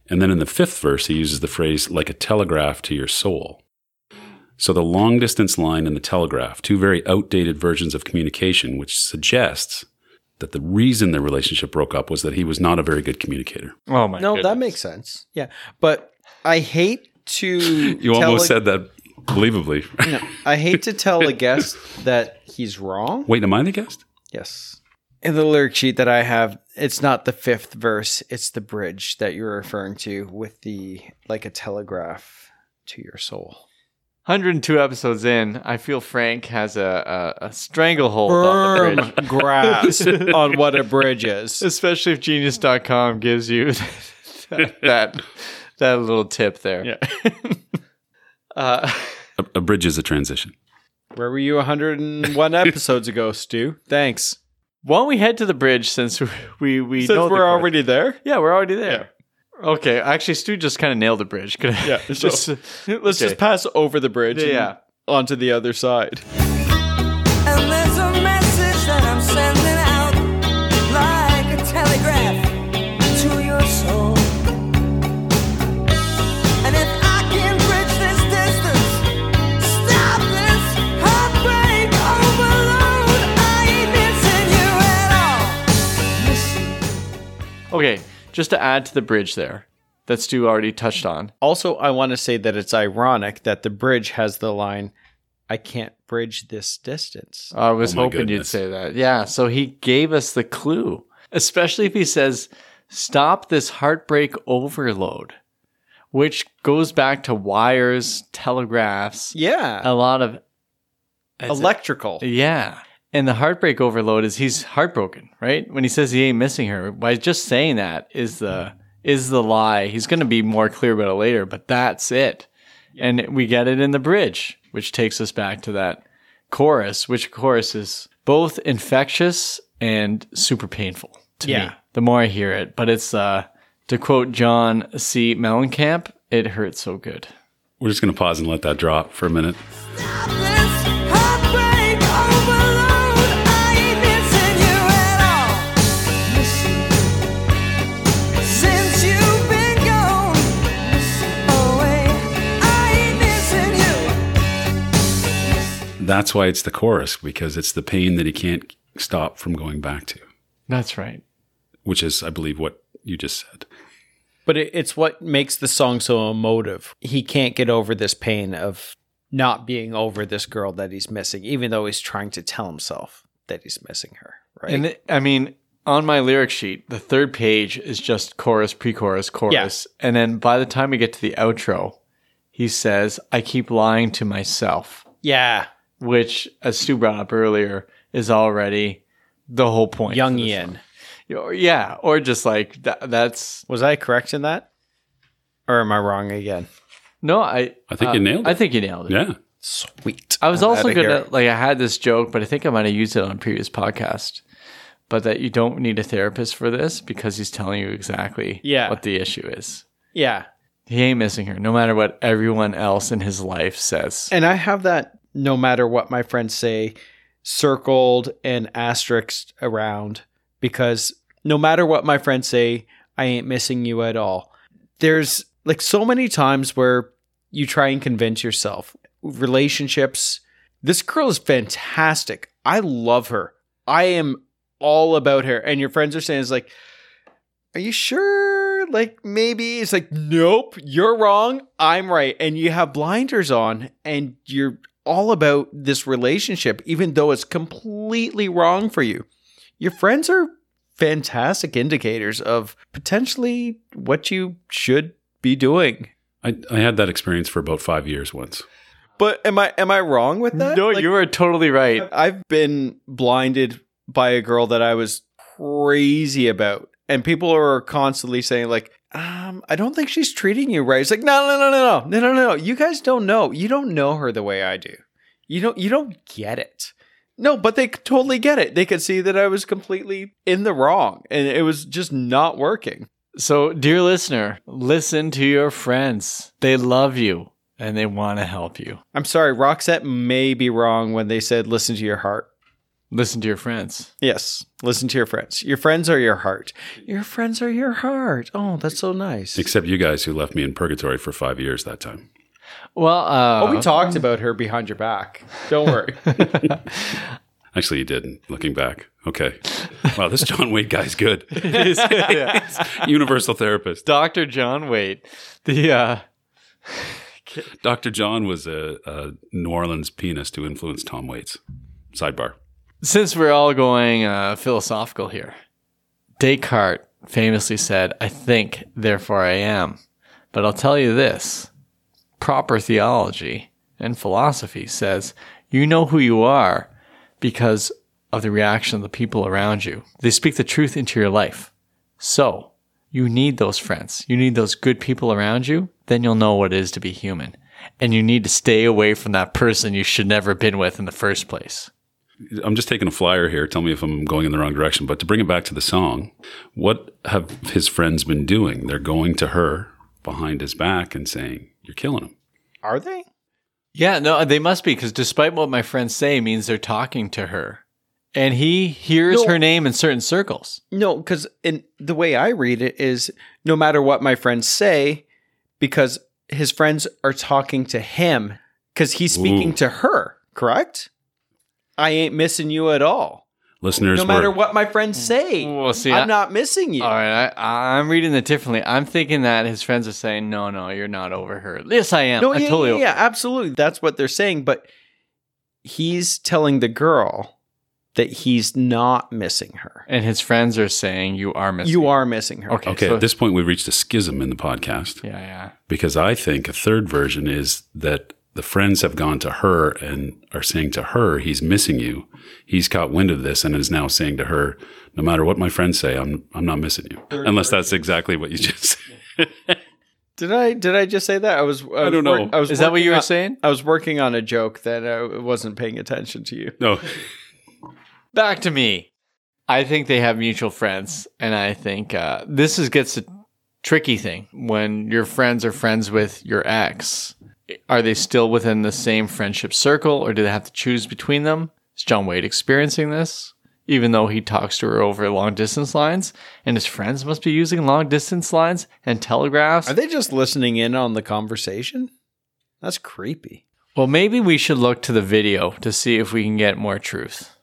And then in the fifth verse, he uses the phrase, like a telegraph to your soul. So the long distance line and the telegraph, two very outdated versions of communication, which suggests that the reason their relationship broke up was that he was not a very good communicator.
Oh my
No, that makes sense. Yeah. But I hate to.
You
tell
almost
a-
said that believably.
I hate to tell a guest that he's wrong.
Wait, am I the guest?
Yes. In the lyric sheet that I have, it's not the fifth verse, it's the bridge that you're referring to with the like a telegraph to your soul.
102 episodes in. I feel Frank has a, a, a stranglehold on the bridge.
grasp on what a bridge is.
Especially if genius.com gives you that, that, that little tip there. Yeah. uh,
A, a bridge is a transition.
Where were you 101 episodes ago, Stu? Thanks.
why don't we head to the bridge since we, we know
Since
the
we're
chorus?
already there,
Yeah, we're already there. Okay, actually, Stu just kind of nailed the bridge. Could I-
Yeah,
just
let's
Okay.
just pass over the bridge and
Yeah.
onto the other side.
And there's a message that I'm sending out like a telegraph to your soul. And if I can bridge this distance, stop this heartbreak overload, I ain't missing you at all. Missing
okay, just to add to the bridge there that Stu already touched on.
Also, I want to say that it's ironic that the bridge has the line, I can't bridge this distance.
I was
Oh my
hoping you'd
goodness.
say that. Yeah. So he gave us the clue, especially if he says, stop this heartbreak overload, which goes back to wires, telegraphs,
Yeah.
a lot of.
Uh, Electrical.
Yeah. And the heartbreak overload is he's heartbroken, right? When he says he ain't missing her, by just saying that is the is the lie. He's going to be more clear about it later, but that's it. And we get it in the bridge, which takes us back to that chorus, which chorus is both infectious and super painful to
Yeah.
me. The more I hear it, but it's uh to quote John C. Mellencamp, it hurts so good.
We're just going to pause and let that drop for a minute.
Stop this heartbreak overload. I ain't missing you at all. Missing you. Since you've been gone away, I ain't missing you.
That's why it's the chorus, because it's the pain that he can't stop from going back to,
That's right.
which is, I believe, what you just said.
But it, it's what makes the song so emotive. He can't get over this pain of not being over this girl that he's missing, even though he's trying to tell himself that he's missing her. Right.
And it- I mean, on my lyric sheet, the third page is just chorus, pre chorus, chorus. And then by the time we get to the outro, he says, I keep lying to myself,
yeah.
which, as Stu brought up earlier, is already the whole point.
Young
of this
Ian.
song. Or- Yeah. Or just like, tha- that's
Was I correct in that? Or am I wrong again?
no, I, uh,
I think you nailed it.
I think you nailed it.
yeah.
Sweet.
I was
I'm
also
outta
going
here.
to, like, I had this joke, but I think I might have used it on a previous podcast. But that you don't need a therapist for this because he's telling you exactly
Yeah.
what the issue is.
Yeah.
He ain't missing her, no matter what everyone else in his life says.
And I have that no matter what my friends say, circled and asterisked around because no matter what my friends say, I ain't missing you at all. There's like so many times where you try and convince yourself relationships This girl is fantastic. I love her. I am all about her. And your friends are saying, it's like, are you sure? Like, maybe. It's like, nope, you're wrong. I'm right. And you have blinders on and you're all about this relationship, even though it's completely wrong for you. Your friends are fantastic indicators of potentially what you should be doing.
I, I had that experience for about five years once.
But am I am I wrong with that?
No,
Like, uh,
you are totally right.
I've been blinded by a girl that I was crazy about. And people are constantly saying, like, um, I don't think she's treating you right. It's like, no, no, no, no, no, no, no, no. You guys don't know. You don't know her the way I do. You don't you don't get it. No, but they could totally get it. They could see that I was completely in the wrong and it was just not working.
So, dear listener, listen to your friends. They love you and they want to help you.
I'm sorry, Roxette may be wrong when they said listen to your heart.
Listen to your friends.
Yes, listen to your friends. Your friends are your heart. Your friends are your heart. Oh, that's so nice.
Except you guys who left me in purgatory for five years that time.
Well, uh,
Oh, we talked about her behind your back. Don't worry.
Actually, you didn't. Looking back, okay. Wow, this John Wade guy's good. Universal therapist.
Dr. John Waite, the uh,
Dr. John was a, a New Orleans pianist who influenced Tom Waits. Sidebar.
since we're all going uh, philosophical here, Descartes famously said, I think, therefore I am. But I'll tell you this proper theology and philosophy says you know who you are because of the reaction of the people around you. They speak the truth into your life. So you need those friends. You need those good people around you. Then you'll know what it is to be human. And you need to stay away from that person you should never have been with in the first place.
I'm just taking a flyer here. Tell me if I'm going in the wrong direction. But to bring it back to the song, what have his friends been doing? They're going to her behind his back and saying, You're killing him.
Are they?
Yeah, no, they must be because despite what my friends say, means they're talking to her, and he hears
No.
her name in certain circles.
No, because in the way I read it is no matter what my friends say, because his friends are talking to him, because he's speaking
Ooh.
to her, correct? I ain't missing you at all.
Listeners,
no matter
were-
what my friends say,
Well, see, I-
I'm not missing you.
All right, I, I'm reading it differently. I'm thinking that his friends are saying, "No, no, you're not over her." Yes, I am.
No,
I'm
yeah,
totally
yeah,
over-
yeah, absolutely. That's what they're saying. But he's telling the girl that he's not missing her.
And his friends are saying, "You are missing."
You are missing her.
okay.
Okay,
so-
at this point, we reached a schism in the podcast
yeah, yeah.
because I think a third version is that the friends have gone to her and are saying to her, He's missing you. He's caught wind of this and is now saying to her, No matter what my friends say, I'm, I'm not missing you. Unless that's exactly what you just said.
Did I did I just say that? I was I, was
don't know.
I was
Is that what
working
you were
on-
saying?
I was working on a joke that I wasn't paying attention to you.
No.
back to me. I think they have mutual friends, and I think uh, this is gets a tricky thing when your friends are friends with your ex. Are they still within the same friendship circle, or do they have to choose between them? Is John Wade experiencing this? Even though he talks to her over long distance lines, and his friends must be using long distance lines and telegraphs.
Are they just listening in on the conversation? That's creepy.
Well, maybe we should look to the video to see if we can get more truth.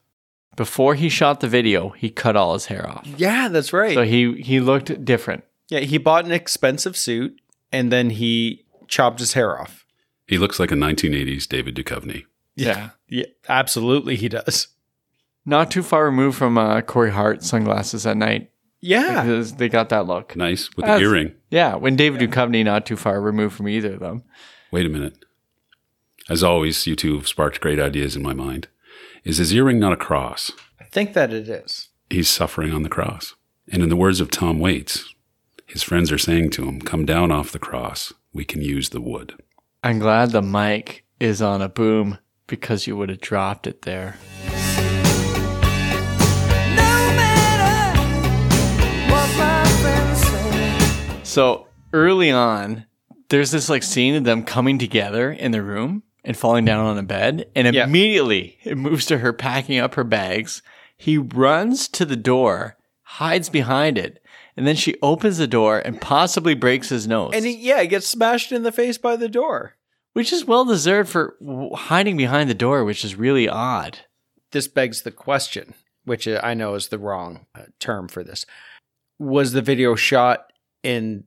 Before he shot the video, he cut all his hair off.
Yeah, that's right.
So he he looked different.
yeah, he bought an expensive suit and then he chopped his hair off.
He looks like a 1980s David Duchovny.
Yeah.
Yeah, absolutely he does.
Not too far removed from uh, Corey Hart sunglasses at night.
Yeah.
Because they got that look.
Nice with
That's-
the earring.
Yeah. When David Duchovny, not too far removed from either of them.
Wait a minute. As always, you two have sparked great ideas in my mind. Is his earring not a cross?
I think that it is.
He's suffering on the cross. And in the words of Tom Waits, his friends are saying to him, Come down off the cross. We can use the wood.
I'm glad the mic is on a boom because you would have dropped it there.
No matter what my friends say.
So early on, there's this like scene of them coming together in the room and falling down on a bed. And
Yeah.
immediately it moves to her packing up her bags. He runs to the door, hides behind it, and then she opens the door and possibly breaks his nose.
And he, yeah, he gets smashed in the face by the door.
which is well deserved for w- hiding behind the door, which is really odd.
This begs the question, which I know is the wrong uh, term for this. Was the video shot in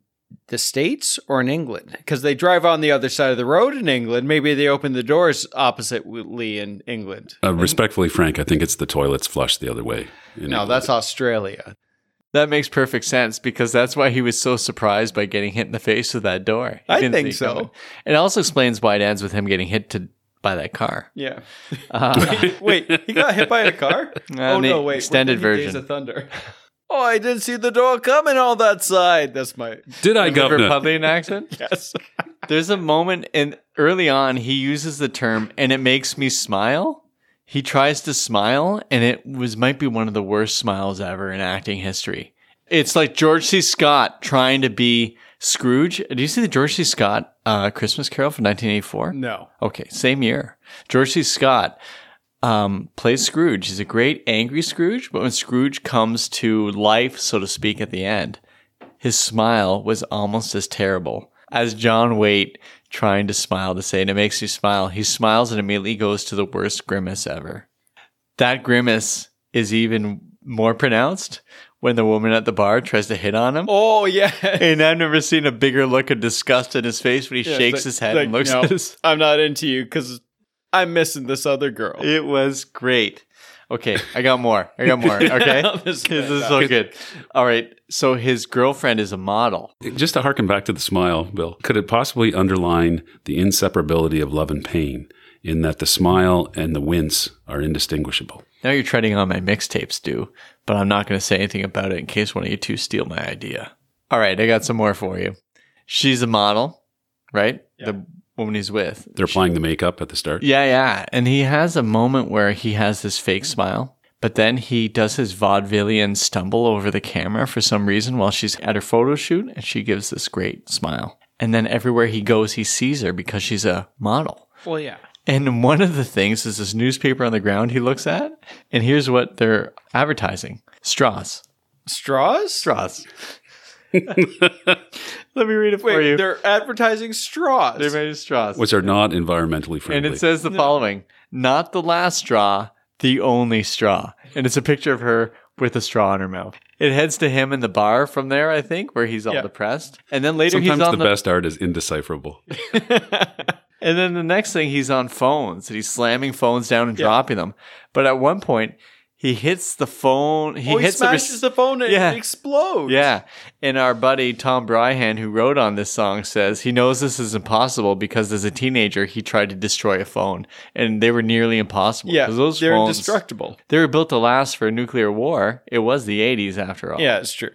the States or in England? Because they drive on the other side of the road in England. Maybe they open the doors oppositely in England.
Oh,
Uh, respectfully, Frank, I think it's the toilets flushed the other way. in
No,
England.
that's Australia.
That makes perfect sense because that's why he was so surprised by getting hit in the face with that door. He
I
didn't
think
of
so.
It. It also explains why it ends with him getting hit to by that car.
Yeah.
Uh,
Wait, he got hit by a car?
Uh,
oh
the
no, wait. we're
extended
thinking Days
version.
of Thunder. Oh, I didn't see the door coming on that side. That's my
Did I, Governor?
Republican accent.
yes.
There's a moment in early on he uses the term and it makes me smile. He tries to smile and it was might be one of the worst smiles ever in acting history. It's like George C. Scott trying to be Scrooge. Do you see the George C. Scott uh, Christmas Carol from 1984?
No.
Okay, same year. George C. Scott um, plays Scrooge. He's a great angry Scrooge, but when Scrooge comes to life, so to speak, at the end, his smile was almost as terrible as John Waite trying to smile to say, and it makes you smile. He smiles and immediately goes to the worst grimace ever. That grimace is even more pronounced when the woman at the bar tries to hit on him.
Oh yeah.
And I've never seen a bigger look of disgust in his face when he
Yeah,
shakes
it's like-
his head
like,
and looks
no,
at his
I'm not into you because I'm missing this other girl.
It was great. Okay, I got more. I got more. Okay.
This
this is so good. All right. So his girlfriend is a model.
Just to harken back to the smile, Bill, could it possibly underline the inseparability of love and pain in that the smile and the wince are indistinguishable?
Now you're treading on my mixtape, Stu, but I'm not going to say anything about it in case one of you two steal my idea. All right. I got some more for you. She's a model, right? The woman he's with.
They're applying the makeup at the start.
Yeah, yeah. And he has a moment where he has this fake smile, but then he does his vaudevillian stumble over the camera for some reason while she's at her photo shoot and she gives this great smile. And then everywhere he goes, he sees her because she's a model.
Well, yeah.
And one of the things is this newspaper on the ground he looks at. And here's what they're advertising straws.
Straws?
Straws. Let me read it for
Wait,
you.
they're advertising straws.
They made straws.
Which are not environmentally friendly.
And it says the following Not the last straw, the only straw. And it's a picture of her with a straw in her mouth. It heads to him in the bar from there, I think, where he's all
Yeah.
depressed. And then later
Sometimes
he's on
the, best art is indecipherable.
And then the next thing he's on phones and he's slamming phones down and dropping them. But at one point, he hits the phone. He
oh, he
hits the
smashes the phone and
Yeah.
it explodes.
Yeah. And our buddy Tom Bryhan, who wrote on this song, says he knows this is impossible because as a teenager, he tried to destroy a phone and they were nearly impossible.
Yeah.
'Cause those
they're
phones,
indestructible.
They were built to last for a nuclear war. It was the 80s after all.
Yeah, it's true.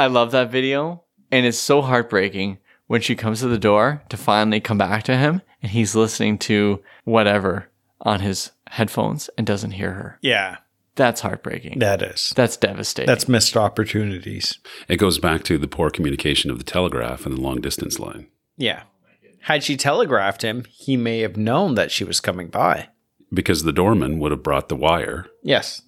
I love that video. And it's so heartbreaking when she comes to the door to finally come back to him and he's listening to whatever on his headphones and doesn't hear her.
Yeah.
That's heartbreaking.
That is.
That's devastating.
That's missed opportunities.
it goes back to the poor communication of the telegraph and the long distance line.
Yeah. Had she telegraphed him, he may have known that she was coming by.
Because the doorman would have brought the wire.
Yes.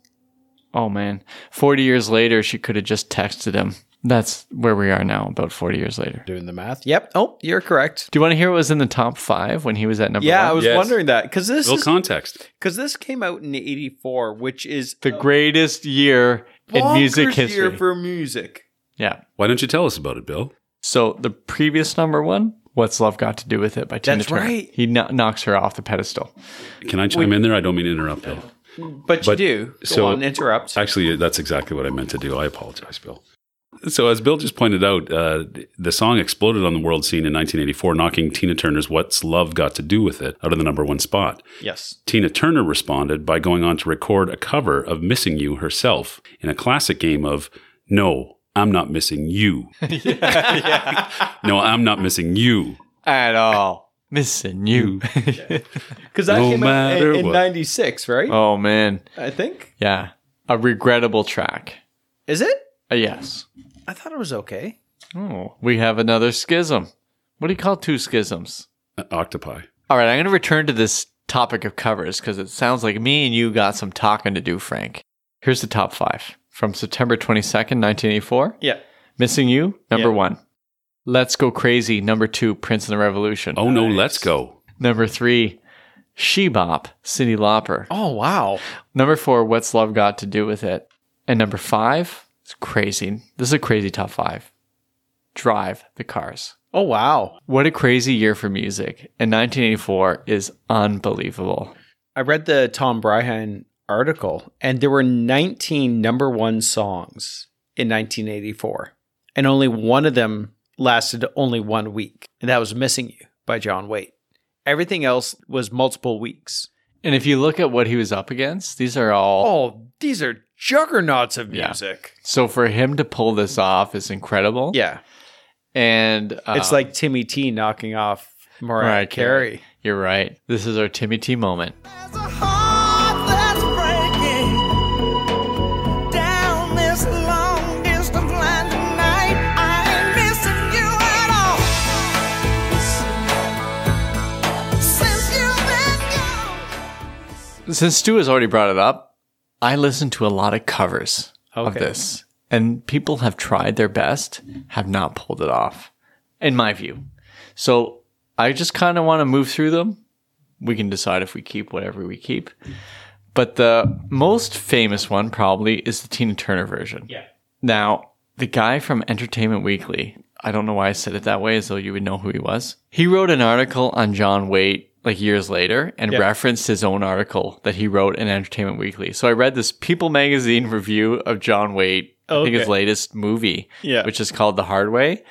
Oh man. 40 years later, she could have just texted him. That's where we are now, about 40 years later.
Doing the math. Yep. Oh, you're correct.
Do you want to hear what was in the top five when he was at number
Yeah, I
one?
was
Yes.
wondering that because this
Bill
is-
context.
Because this came out in '84, which is
the greatest year in music
bonkers year
history.
for music.
yeah.
Why don't you tell us about it, Bill?
So the previous number one, "What's Love Got to Do with It" by Tina
That's
Turner.
right.
He kno- knocks her off the pedestal.
Can I chime in there? I don't mean to interrupt, Bill.
But,
But-
you do. So
so-
on, interrupt.
Actually, that's exactly what I meant to do. I apologize, Bill. So, as Bill just pointed out, uh, the song exploded on the world scene in 1984, knocking Tina Turner's What's Love Got to Do with It out of the number one spot.
yes.
Tina Turner responded by going on to record a cover of Missing You herself in a classic game of No, I'm not missing you. no, I'm not missing you.
At all, missing you.
Because that
No
came out
matter
in- in
what.
'96, right?
oh man,
I think.
yeah, a regrettable track.
Is it?
A yes.
I thought it was okay.
Oh, we have another schism. What do you call two schisms?
Uh, Octopi.
All right, I'm going to return to this topic of covers because it sounds like me and you got some talking to do, Frank. Here's the top five from September 22nd, 1984.
Yeah.
Missing You, number
Yeah.
one. Let's Go Crazy, number two. Prince and the Revolution.
Oh, no, let's go.
Number three, She Bop, Cindy Lauper.
Oh wow.
Number four, What's Love Got to Do with It? And number five, it's crazy. This is a crazy top five. Drive the Cars.
Oh wow.
What a crazy year for music. And 1984 is unbelievable.
I read the Tom Bryan article and there were 19 number 1 songs in 1984 and only one of them lasted only 1 week and that was Missing You by John Waite. Everything else was multiple weeks.
And if you look at what he was up against, these are all.
Oh, these are juggernauts of
Yeah.
music.
So for him to pull this off is incredible.
Yeah.
And uh,
It's like Timmy T knocking off Mariah,
Mariah Carey.
Carey.
uh, You're right. This is our Timmy T moment.
There's a heart that's breaking down this long distance line tonight. I ain't missing you at all since you've been gone.
Since Stu has already brought it up, I listen to a lot of covers of
Okay.
this. And people have tried their best, have not pulled it off, in my view. So I just kind of want to move through them. We can decide if we keep whatever we keep. But the most famous one probably is the Tina Turner version. Yeah. Now, the guy from Entertainment Weekly, I don't know why I said it that way, as though you would know who he was. He wrote an article on John Waite like years later and referenced his own article that he wrote in Entertainment Weekly. So I read this People magazine review of John Waite, I think his
Okay.
latest movie,
Yeah.
which is called The Hard Way.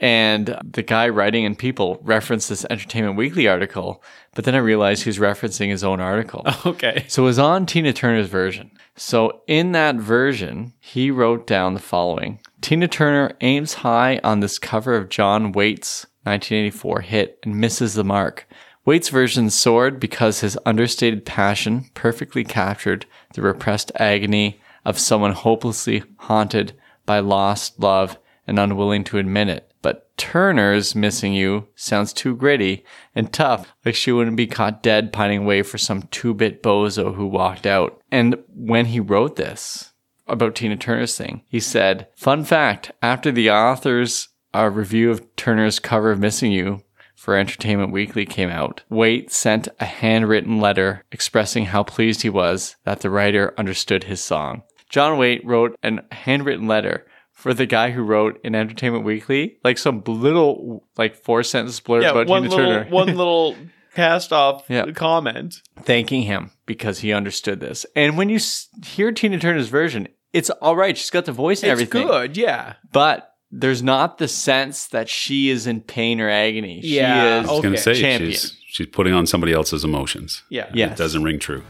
And the guy writing in People referenced this Entertainment Weekly article, but then I realized he was referencing his own article.
Okay.
So it was on Tina Turner's version. So in that version, he wrote down the following Tina Turner aims high on this cover of John Waite's 1984 hit and misses the mark. Waite's version soared because his understated passion perfectly captured the repressed agony of someone hopelessly haunted by lost love and unwilling to admit it. But Turner's missing you sounds too gritty and tough, like she wouldn't be caught dead pining away for some two bit bozo who walked out. And when he wrote this about Tina Turner's thing, he said, Fun fact after the author's uh, review of Turner's cover of Missing You, for Entertainment Weekly came out, Waite sent a handwritten letter expressing how pleased he was that the writer understood his song. John Waite wrote an handwritten letter for the guy who wrote in Entertainment Weekly, like some little like four sentence blurb
Yeah,
about
one
Tina
little
Turner,
one little cast off
Yeah.
comment.
thanking him because he understood this. And when you s- hear Tina Turner's version, it's all right. She's got the voice and everything,
It's good, yeah.
but there's not the sense that she is in pain or agony.
Yeah.
She is
I was going to
Okay.
say
Champion.
she's she's putting on somebody else's emotions.
Yeah.
Yes.
It doesn't ring true.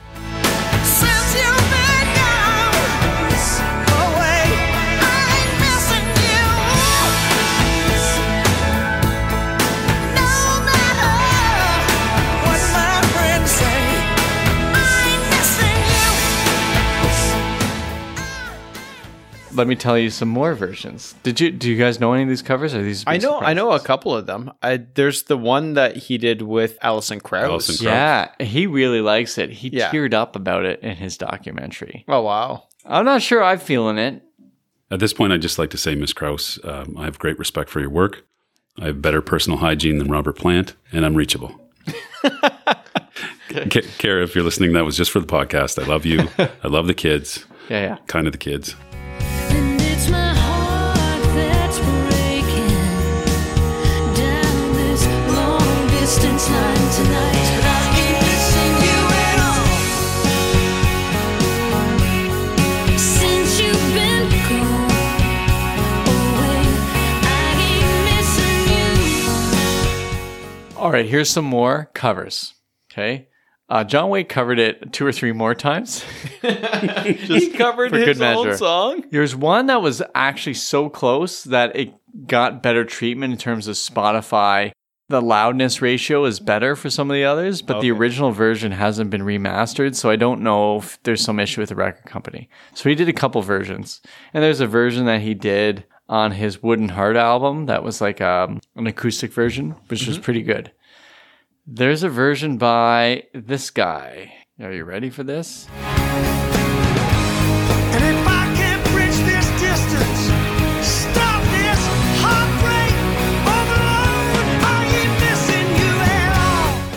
Since you've been gone away, I ain't missing you. No matter what my friends say, I ain't missing you.
let me tell you some more versions. Did you do you guys know any of these covers? Are these
I know I know a
surprises?
couple of them. I, there's the one that he did with Alison Krauss.
Alison Krauss.
Yeah, he really likes it. He
Yeah.
teared up about it in his documentary.
Oh wow.
I'm not sure I'm feeling it.
At this point, I'd just like to say, Miss Krause, um, I have great respect for your work. I have better personal hygiene than Robert Plant, and I'm reachable. Ca- Kara, if you're listening, that was just for the podcast. I love you. I love the kids,
Yeah, yeah.
kind of the kids.
And it's my heart that's breaking down this long distance line tonight. I ain't missing you at all since you've been gone away. I ain't missing you.
All right, here's some more covers. Okay. Uh, John Wayne covered it two or three more times.
He covered
for good
his own
measure.
song.
There's one that was actually so close that it got better treatment in terms of Spotify. The loudness ratio is better for some of the others, but the original version hasn't been remastered, so I don't know if there's some issue with the record company. So he did a couple versions, and there's a version that he did on his Wooden Heart album that was like um, an acoustic version, which was pretty good. There's a version by this guy. Are you ready for this?
And if I can't bridge this distance, stop this heartbreak overload, I ain't missing you at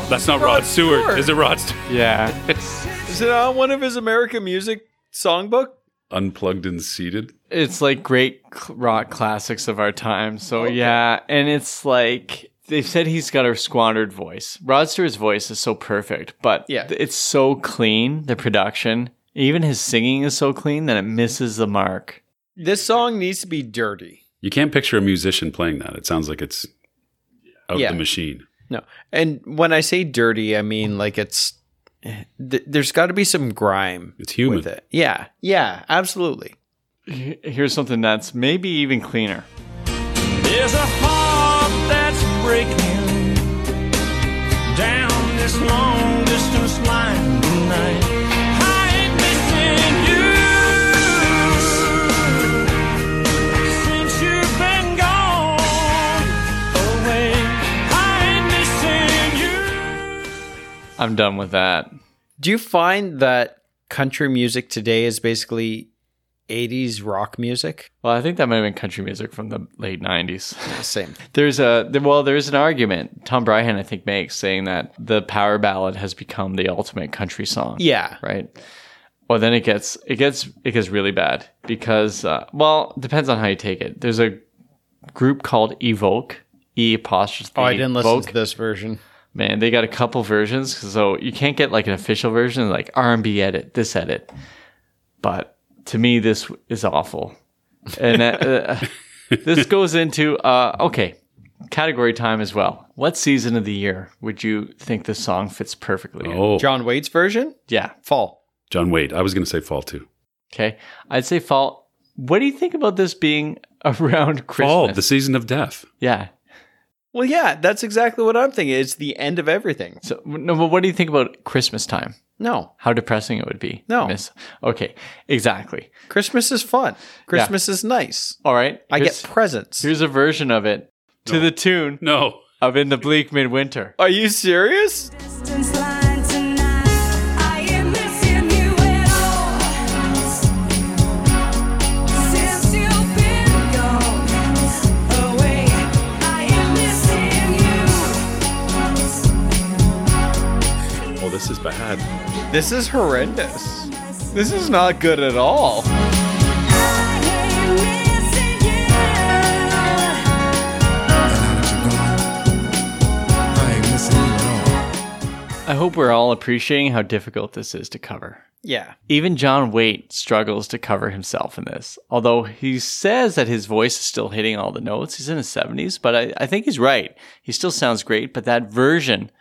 all.
That's not Rod Stewart. Is it Rod Stewart?
Yeah.
Is it on one of his American music songbook?
Unplugged and seated.
it's like great cl- rock classics of our time. So yeah, and it's like they've said he's got a squandered voice. Rod Stewart's voice is so perfect, but
Yeah.
th- it's so clean. The production, even his singing is so clean that it misses the mark.
This song needs to be dirty.
You can't picture a musician playing that. It sounds like it's out
Yeah.
the machine.
No. And when I say dirty, I mean like it's th- there's got to be some grime
It's human.
with it. Yeah. Yeah, absolutely.
H- Here's something that's maybe even cleaner.
There's a heart that's breaking down this long distance line tonight. I ain't missing you since you've been gone away. I ain't missing you.
I'm done with that.
Do you find that country music today is basically 80s rock music?
Well, I think that might have been country music from the late '90s.
Same.
There's a there- well, there's an argument Tom Bryan I think makes saying that the power ballad has become the ultimate country song.
Yeah.
right? Well, then it gets it gets it gets really bad because uh, well, depends on how you take it. There's a group called Evoke. E apostrophe.
Oh, I didn't listen
Vogue.
to this version.
Man, they got a couple versions, so you can't get like an official version like R and B edit, this edit. But to me, this is awful, and uh, uh, this goes into uh, okay category time as well. What season of the year would you think this song fits perfectly? in?
Oh, John,
John Wade's version?
Yeah,
Fall.
Wade. I was going to say fall too.
Okay. I'd say fall. What do you think about this being around Christmas?
Fall, Oh, the season of death.
yeah.
Well, yeah, that's exactly what I'm thinking. It's the end of everything.
So no, but what do you think about Christmas time?
No,
How depressing it would be.
No.
Miss. Okay. Exactly.
Christmas is fun. Christmas is nice.
All right.
I
Here's-
get presents.
Here's a version of it to the tune
No.
of In the Bleak Midwinter.
Are you serious?
Distance line tonight. I ain't missing you at all. Since you've been gone away, I ain't missing you.
Oh, this is bad.
This is horrendous. This is not good at all.
I ain't missing you.
I hope we're all appreciating how difficult this is to cover.
Yeah.
Even John Waite struggles to cover himself in this. Although he says that his voice is still hitting all the notes, he's in his 70s, but I, I think he's right. He still sounds great, but that version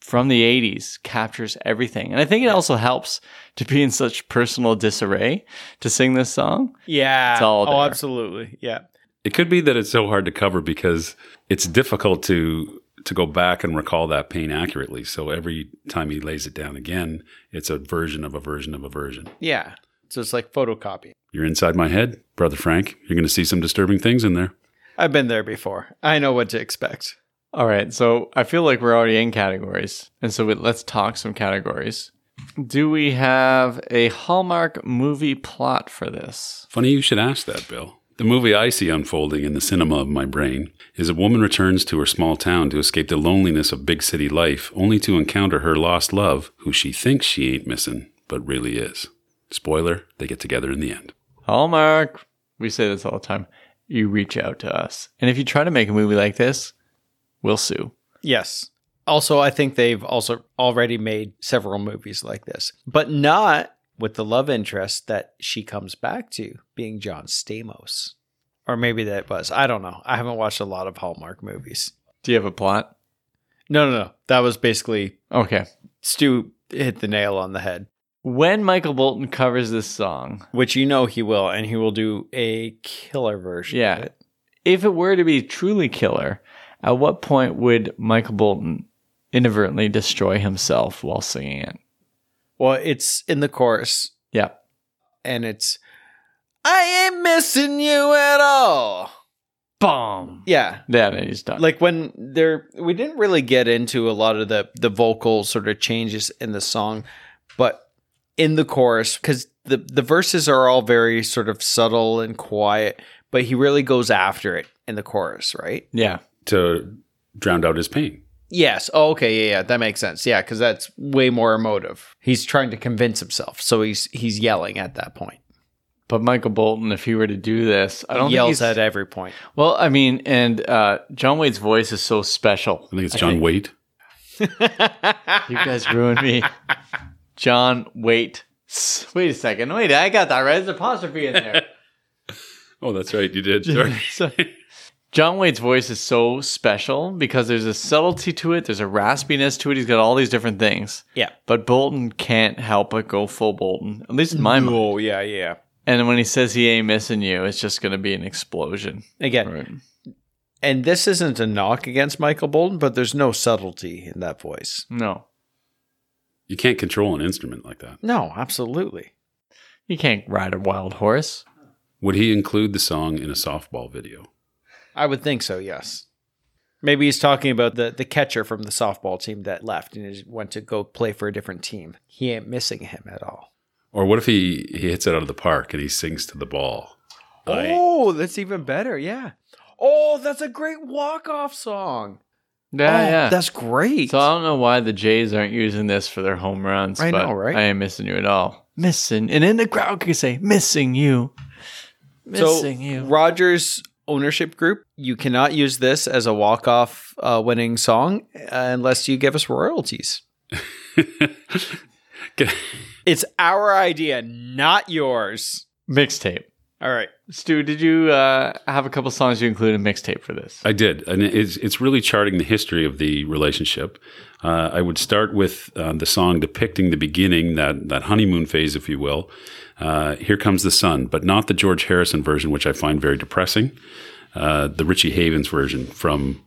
from the 80s captures everything. And I think it also helps to be in such personal disarray to sing this song.
Yeah.
It's all
oh,
there.
absolutely. Yeah.
It could be that it's so hard to cover because it's difficult to to go back and recall that pain accurately. So every time he lays it down again, it's a version of a version of a version.
Yeah. So it's like photocopy.
You're inside my head, brother Frank. You're going to see some disturbing things in there.
I've been there before. I know what to expect.
All right, so I feel like we're already in categories. And so we, let's talk some categories. Do we have a Hallmark movie plot for this?
Funny you should ask that, Bill. The movie I see unfolding in the cinema of my brain is a woman returns to her small town to escape the loneliness of big city life, only to encounter her lost love, who she thinks she ain't missing, but really is. Spoiler, they get together in the end.
Hallmark. We say this all the time. You reach out to us. And if you try to make a movie like this, we'll sue.
Yes. Also, I think they've also already made several movies like this, but not with the love interest that she comes back to being John Stamos. Or maybe that was. I don't know. I haven't watched a lot of Hallmark movies.
Do you have a plot?
No, no, no. That was basically
Okay.
Stu hit the nail on the head,
When Michael Bolton covers this song,
which you know he will, and he will do a killer version. Of
yeah,
it.
if it were to be truly killer, at what point would Michael Bolton inadvertently destroy himself while singing it?
Well, it's in the chorus,
Yeah.
and it's, I ain't missing you at all.
Bomb.
Yeah.
Yeah, then he's done.
like when there we didn't really get into a lot of the the vocal sort of changes in the song but in the chorus because the the verses are all very sort of subtle and quiet but he really goes after it in the chorus right
yeah.
To drown out his pain.
Yes. Oh, okay. Yeah, yeah. That makes sense. Yeah, because that's way more emotive. He's trying to convince himself, so he's he's yelling at that point.
But Michael Bolton, if he were to do this, I don't
He yells
think
at
he's,
every point.
Well, I mean, and uh, John Wade's voice is so special.
I think it's John Waite.
You guys ruined me. John Waite. Wait a second. Wait, I got that right. There's an apostrophe in there.
Oh, that's right. You did. Sorry.
So- John Wade's voice is so special because there's a subtlety to it, there's a raspiness to it. He's got all these different things.
Yeah.
But Bolton can't help but go full Bolton, at least in my mind.
Oh, yeah, yeah.
And when he says he ain't missing you, it's just going to be an explosion.
Again, and this isn't a knock against Michael Bolton, but there's no subtlety in that voice.
No,
You can't control an instrument like that.
No, absolutely.
you can't ride a wild horse.
Would he include the song in a softball video?
I would think so. Yes. Maybe he's talking about the the catcher from the softball team that left and is- went to go play for a different team. He ain't missing him at all.
Or what if he, he hits it out of the park and he sings to the ball? I-
Oh, that's even better. Yeah. Oh, that's a great walk off song.
Yeah,
oh,
yeah.
That's great.
so um, I don't know why the Jays aren't using this for their home runs.
I
but
know, right?
I ain't missing you at all. Missing, and in the crowd could say, "Missing you, missing you."
Rogers ownership group, you cannot use this as a walk off uh, winning song uh, unless you give us royalties.
Can-
It's our idea, not yours.
Mixtape.
All right.
Stu, did you uh, have a couple songs you included in mixtape for this?
Uh,
I did, and it's it's really charting the history of the relationship. Uh, I would start with uh, the song depicting the beginning, that that honeymoon phase, if you will. Uh, Here comes the sun, but not the George Harrison version, which I find very depressing. Uh, the Richie Havens version from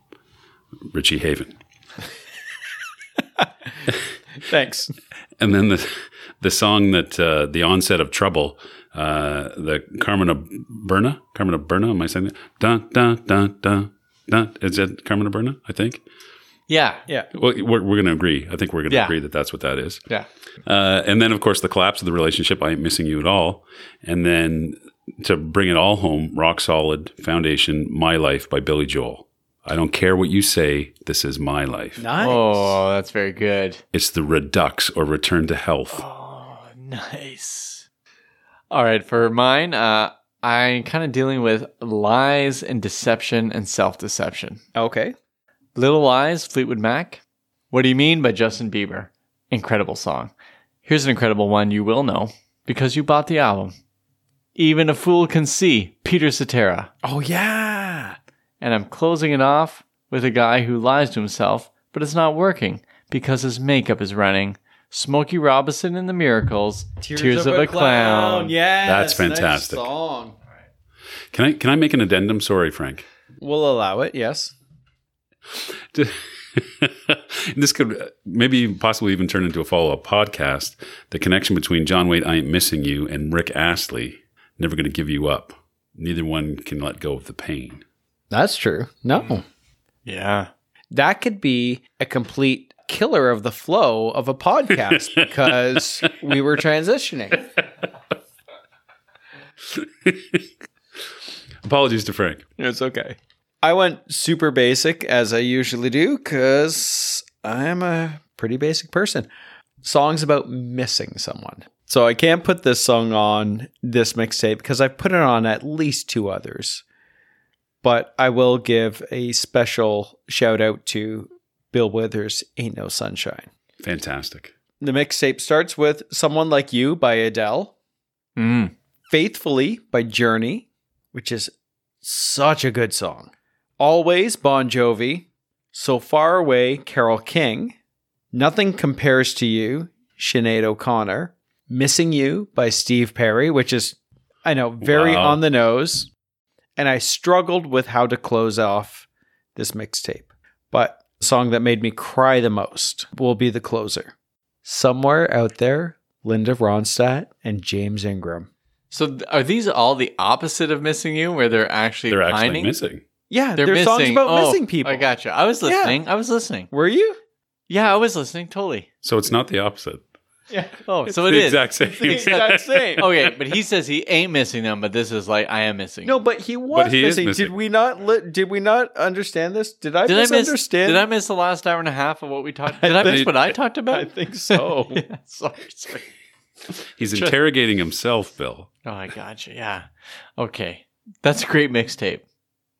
Richie Haven,
Thanks.
and then the the song that uh, the onset of trouble, uh, the Carmina Burna, Carmina Burna. Am I saying that? Dun dun dun dun dun. Is that Carmina Burna? I think.
Yeah.
Yeah.
Well, we're, we're going to agree. I think we're going to
Yeah.
agree that that's what that is.
Yeah.
Uh, and then, of course, the collapse of the relationship. I ain't missing you at all. And then to bring it all home, rock solid foundation, My Life by Billy Joel. I don't care what you say. This is my life.
Nice.
Oh, that's very good.
It's the redux or return to health.
Oh, Nice. All right, for mine, uh, I'm kind of dealing with lies and deception and self deception.
Okay.
Little Lies, Fleetwood Mac. What do you mean by Justin Bieber? Incredible song. Here's an incredible one you will know because you bought the album. Even a Fool Can See, Peter Cetera.
Oh, yeah.
and I'm closing it off with a guy who lies to himself, but it's not working because his makeup is running. Smokey Robinson and the Miracles, Tears, of, a, Clown.
Yeah.
That's fantastic.
song.
Can I can I make an addendum? Sorry, Frank.
We'll allow it. Yes.
this could uh, maybe possibly even turn into a follow up podcast. The connection between John Wayne, I Ain't Missing You, and Rick Astley, Never Gonna Give You Up. Neither one can let go of the pain.
That's true. No.
Yeah.
that could be a complete killer of the flow of a podcast because we were transitioning.
Apologies to Frank.
It's okay. I went super basic as I usually do because I'm a pretty basic person. Songs about missing someone. So I can't put this song on this mixtape because I've put it on at least two others. But I will give a special shout out to Bill Withers' Ain't No Sunshine.
Fantastic.
The mixtape starts with Someone Like You by Adele,
Mm.
Faithfully by Journey, which is such a good song. Always Bon Jovi, So Far Away Carol King, Nothing Compares to You, Sinead O'Connor, Missing You by Steve Perry, which is, I know, very
Wow.
on the nose. And I struggled with how to close off this mixtape. But the song that made me cry the most will be the closer. Somewhere out there, Linda Ronstadt and James Ingram.
So th- are these all the opposite of missing you, where they're actually
They're actually
pining?
missing.
Yeah,
They're
they're
missing.
songs about
Oh,
missing people.
I gotcha. I was
Yeah.
listening. I was listening.
Were you?
Yeah, I was listening. Totally.
So it's not the opposite.
Yeah.
Oh, so it
the
is.
exact same.
Exact same.
okay, but he says he ain't missing them, but this is like I am missing.
No, but he was
he is
missing. Did
missing.
we not? Li- did we not understand this? Did I
did I miss?
misunderstand?
Did I miss the last hour and a half of what we talked? Did I miss
think-
what I talked about?
I think so.
Yeah, sorry, sorry.
He's interrogating himself, Bill.
Oh, I gotcha. Yeah. Okay, that's a great mixtape.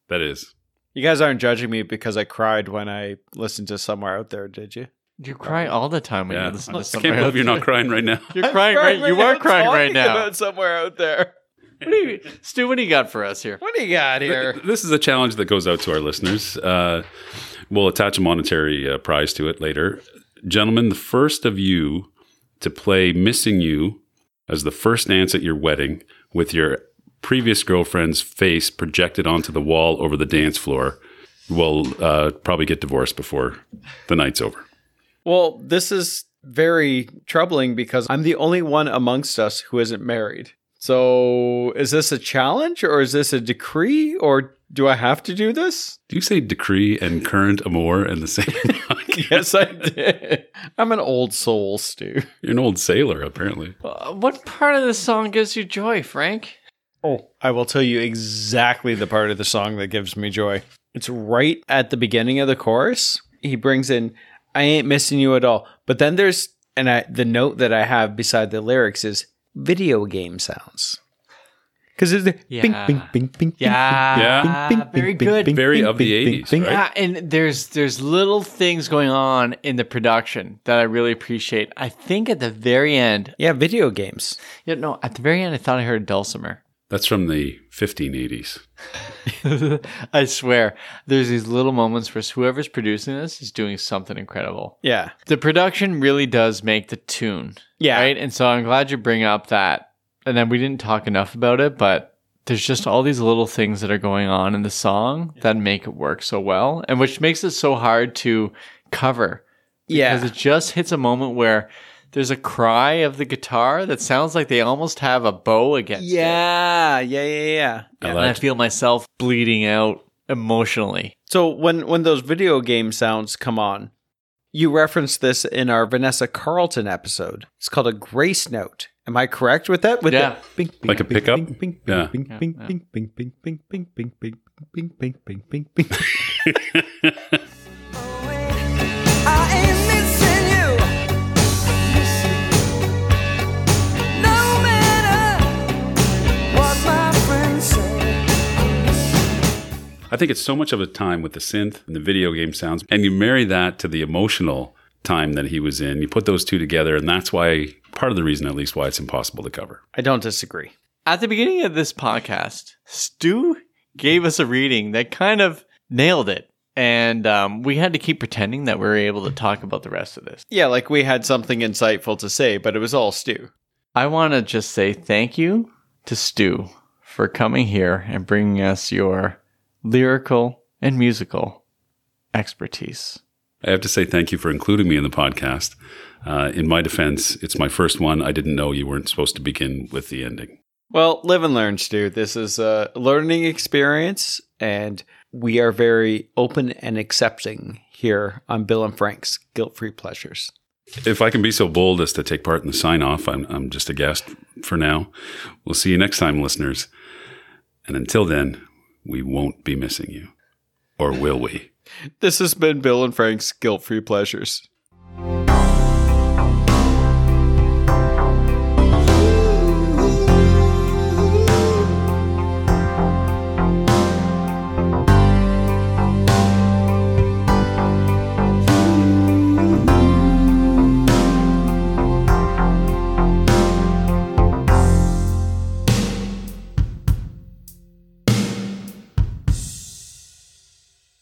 That is.
you guys aren't judging me because I cried when I listened to somewhere out there, did you?
You cry all the time when
Yeah.
you listen to
I
something.
can't believe you're not crying right now.
You're crying right. You are crying right now.
About somewhere out there.
What do you, Stu? What do you got for us here?
What do you got here?
This is a challenge that goes out to our listeners. Uh, we'll attach a monetary uh, prize to it later. Gentlemen, the first of you to play Missing You as the first dance at your wedding with your previous girlfriend's face projected onto the wall over the dance floor will uh, probably get divorced before the night's over.
Well, this is very troubling because I'm the only one amongst us who isn't married. So, is this a challenge or is this a decree or do I have to do this?
Do you say decree and current amour in the same?
Yes, I did. I'm an old soul, Stu.
You're an old sailor, apparently.
Uh, what part of the song gives you joy, Frank?
Oh, I will tell you exactly the part of the song that gives me joy. It's right at the beginning of the chorus. He brings in, I ain't missing you at all. But then there's, and I, the note that I have beside the lyrics is video game sounds. Because it's the bing,
Yeah.
bing, bing, bing,
Yeah.
bing, bing, bing,
Very
bing,
good.
bing,
Very
bing,
of the
bing, bing,
80s,
bing.
right?
Yeah, Uh, and there's there's little things going on in the production that I really appreciate. I think at the very end,
Yeah, video games.
you know, at the very end, I thought I heard dulcimer.
That's from the 1580s.
I swear, there's these little moments where whoever's producing this is doing something incredible.
Yeah.
The production really does make the tune,
Yeah.
right? And so I'm glad you bring up that. And then we didn't talk enough about it, but there's just all these little things that are going on in the song that make it work so well, and which makes it so hard to cover.
Yeah.
Because it just hits a moment where there's a cry of the guitar that sounds like they almost have a bow against it.
Yeah. Yeah. Yeah. Yeah.
I
And I
liked
feel myself bleeding out emotionally.
So when when those video game sounds come on, you referenced this in our Vanessa Carlton episode. It's called a grace note. Am I correct with that? With
Yeah.
the bing, bing,
Like a
bing,
pickup?
Bing, bing,
Yeah.
bing,
Yeah,
bing,
yeah.
bing, bing, bing, bing, bing, bing, bing, bing, bing, bing, bing, bing.
I ain't missing you. No matter what my friends say.
I think it's so much of a time with the synth and the video game sounds, and you marry that to the emotional time that he was in. You put those two together, and that's why part of the reason, at least, why it's impossible to cover.
I don't disagree.
At the beginning of this podcast, Stu gave us a reading that kind of nailed it. And um, we had to keep pretending that we were able to talk about the rest of this.
Yeah, like we had something insightful to say, but it was all stew.
I want to just say thank you to Stu for coming here and bringing us your lyrical and musical expertise.
I have to say thank you for including me in the podcast. Uh, in my defense, it's my first one. I didn't know you weren't supposed to begin with the ending.
Well, live and learn, Stu. This is a learning experience, and we are very open and accepting here on Bill and Frank's Guilt Free Pleasures.
If I can be so bold as to take part in the sign off, I'm, I'm just a guest for now. We'll see you next time, listeners. And until then, we won't be missing you. Or will we?
This has been Bill and Frank's Guilt Free Pleasures.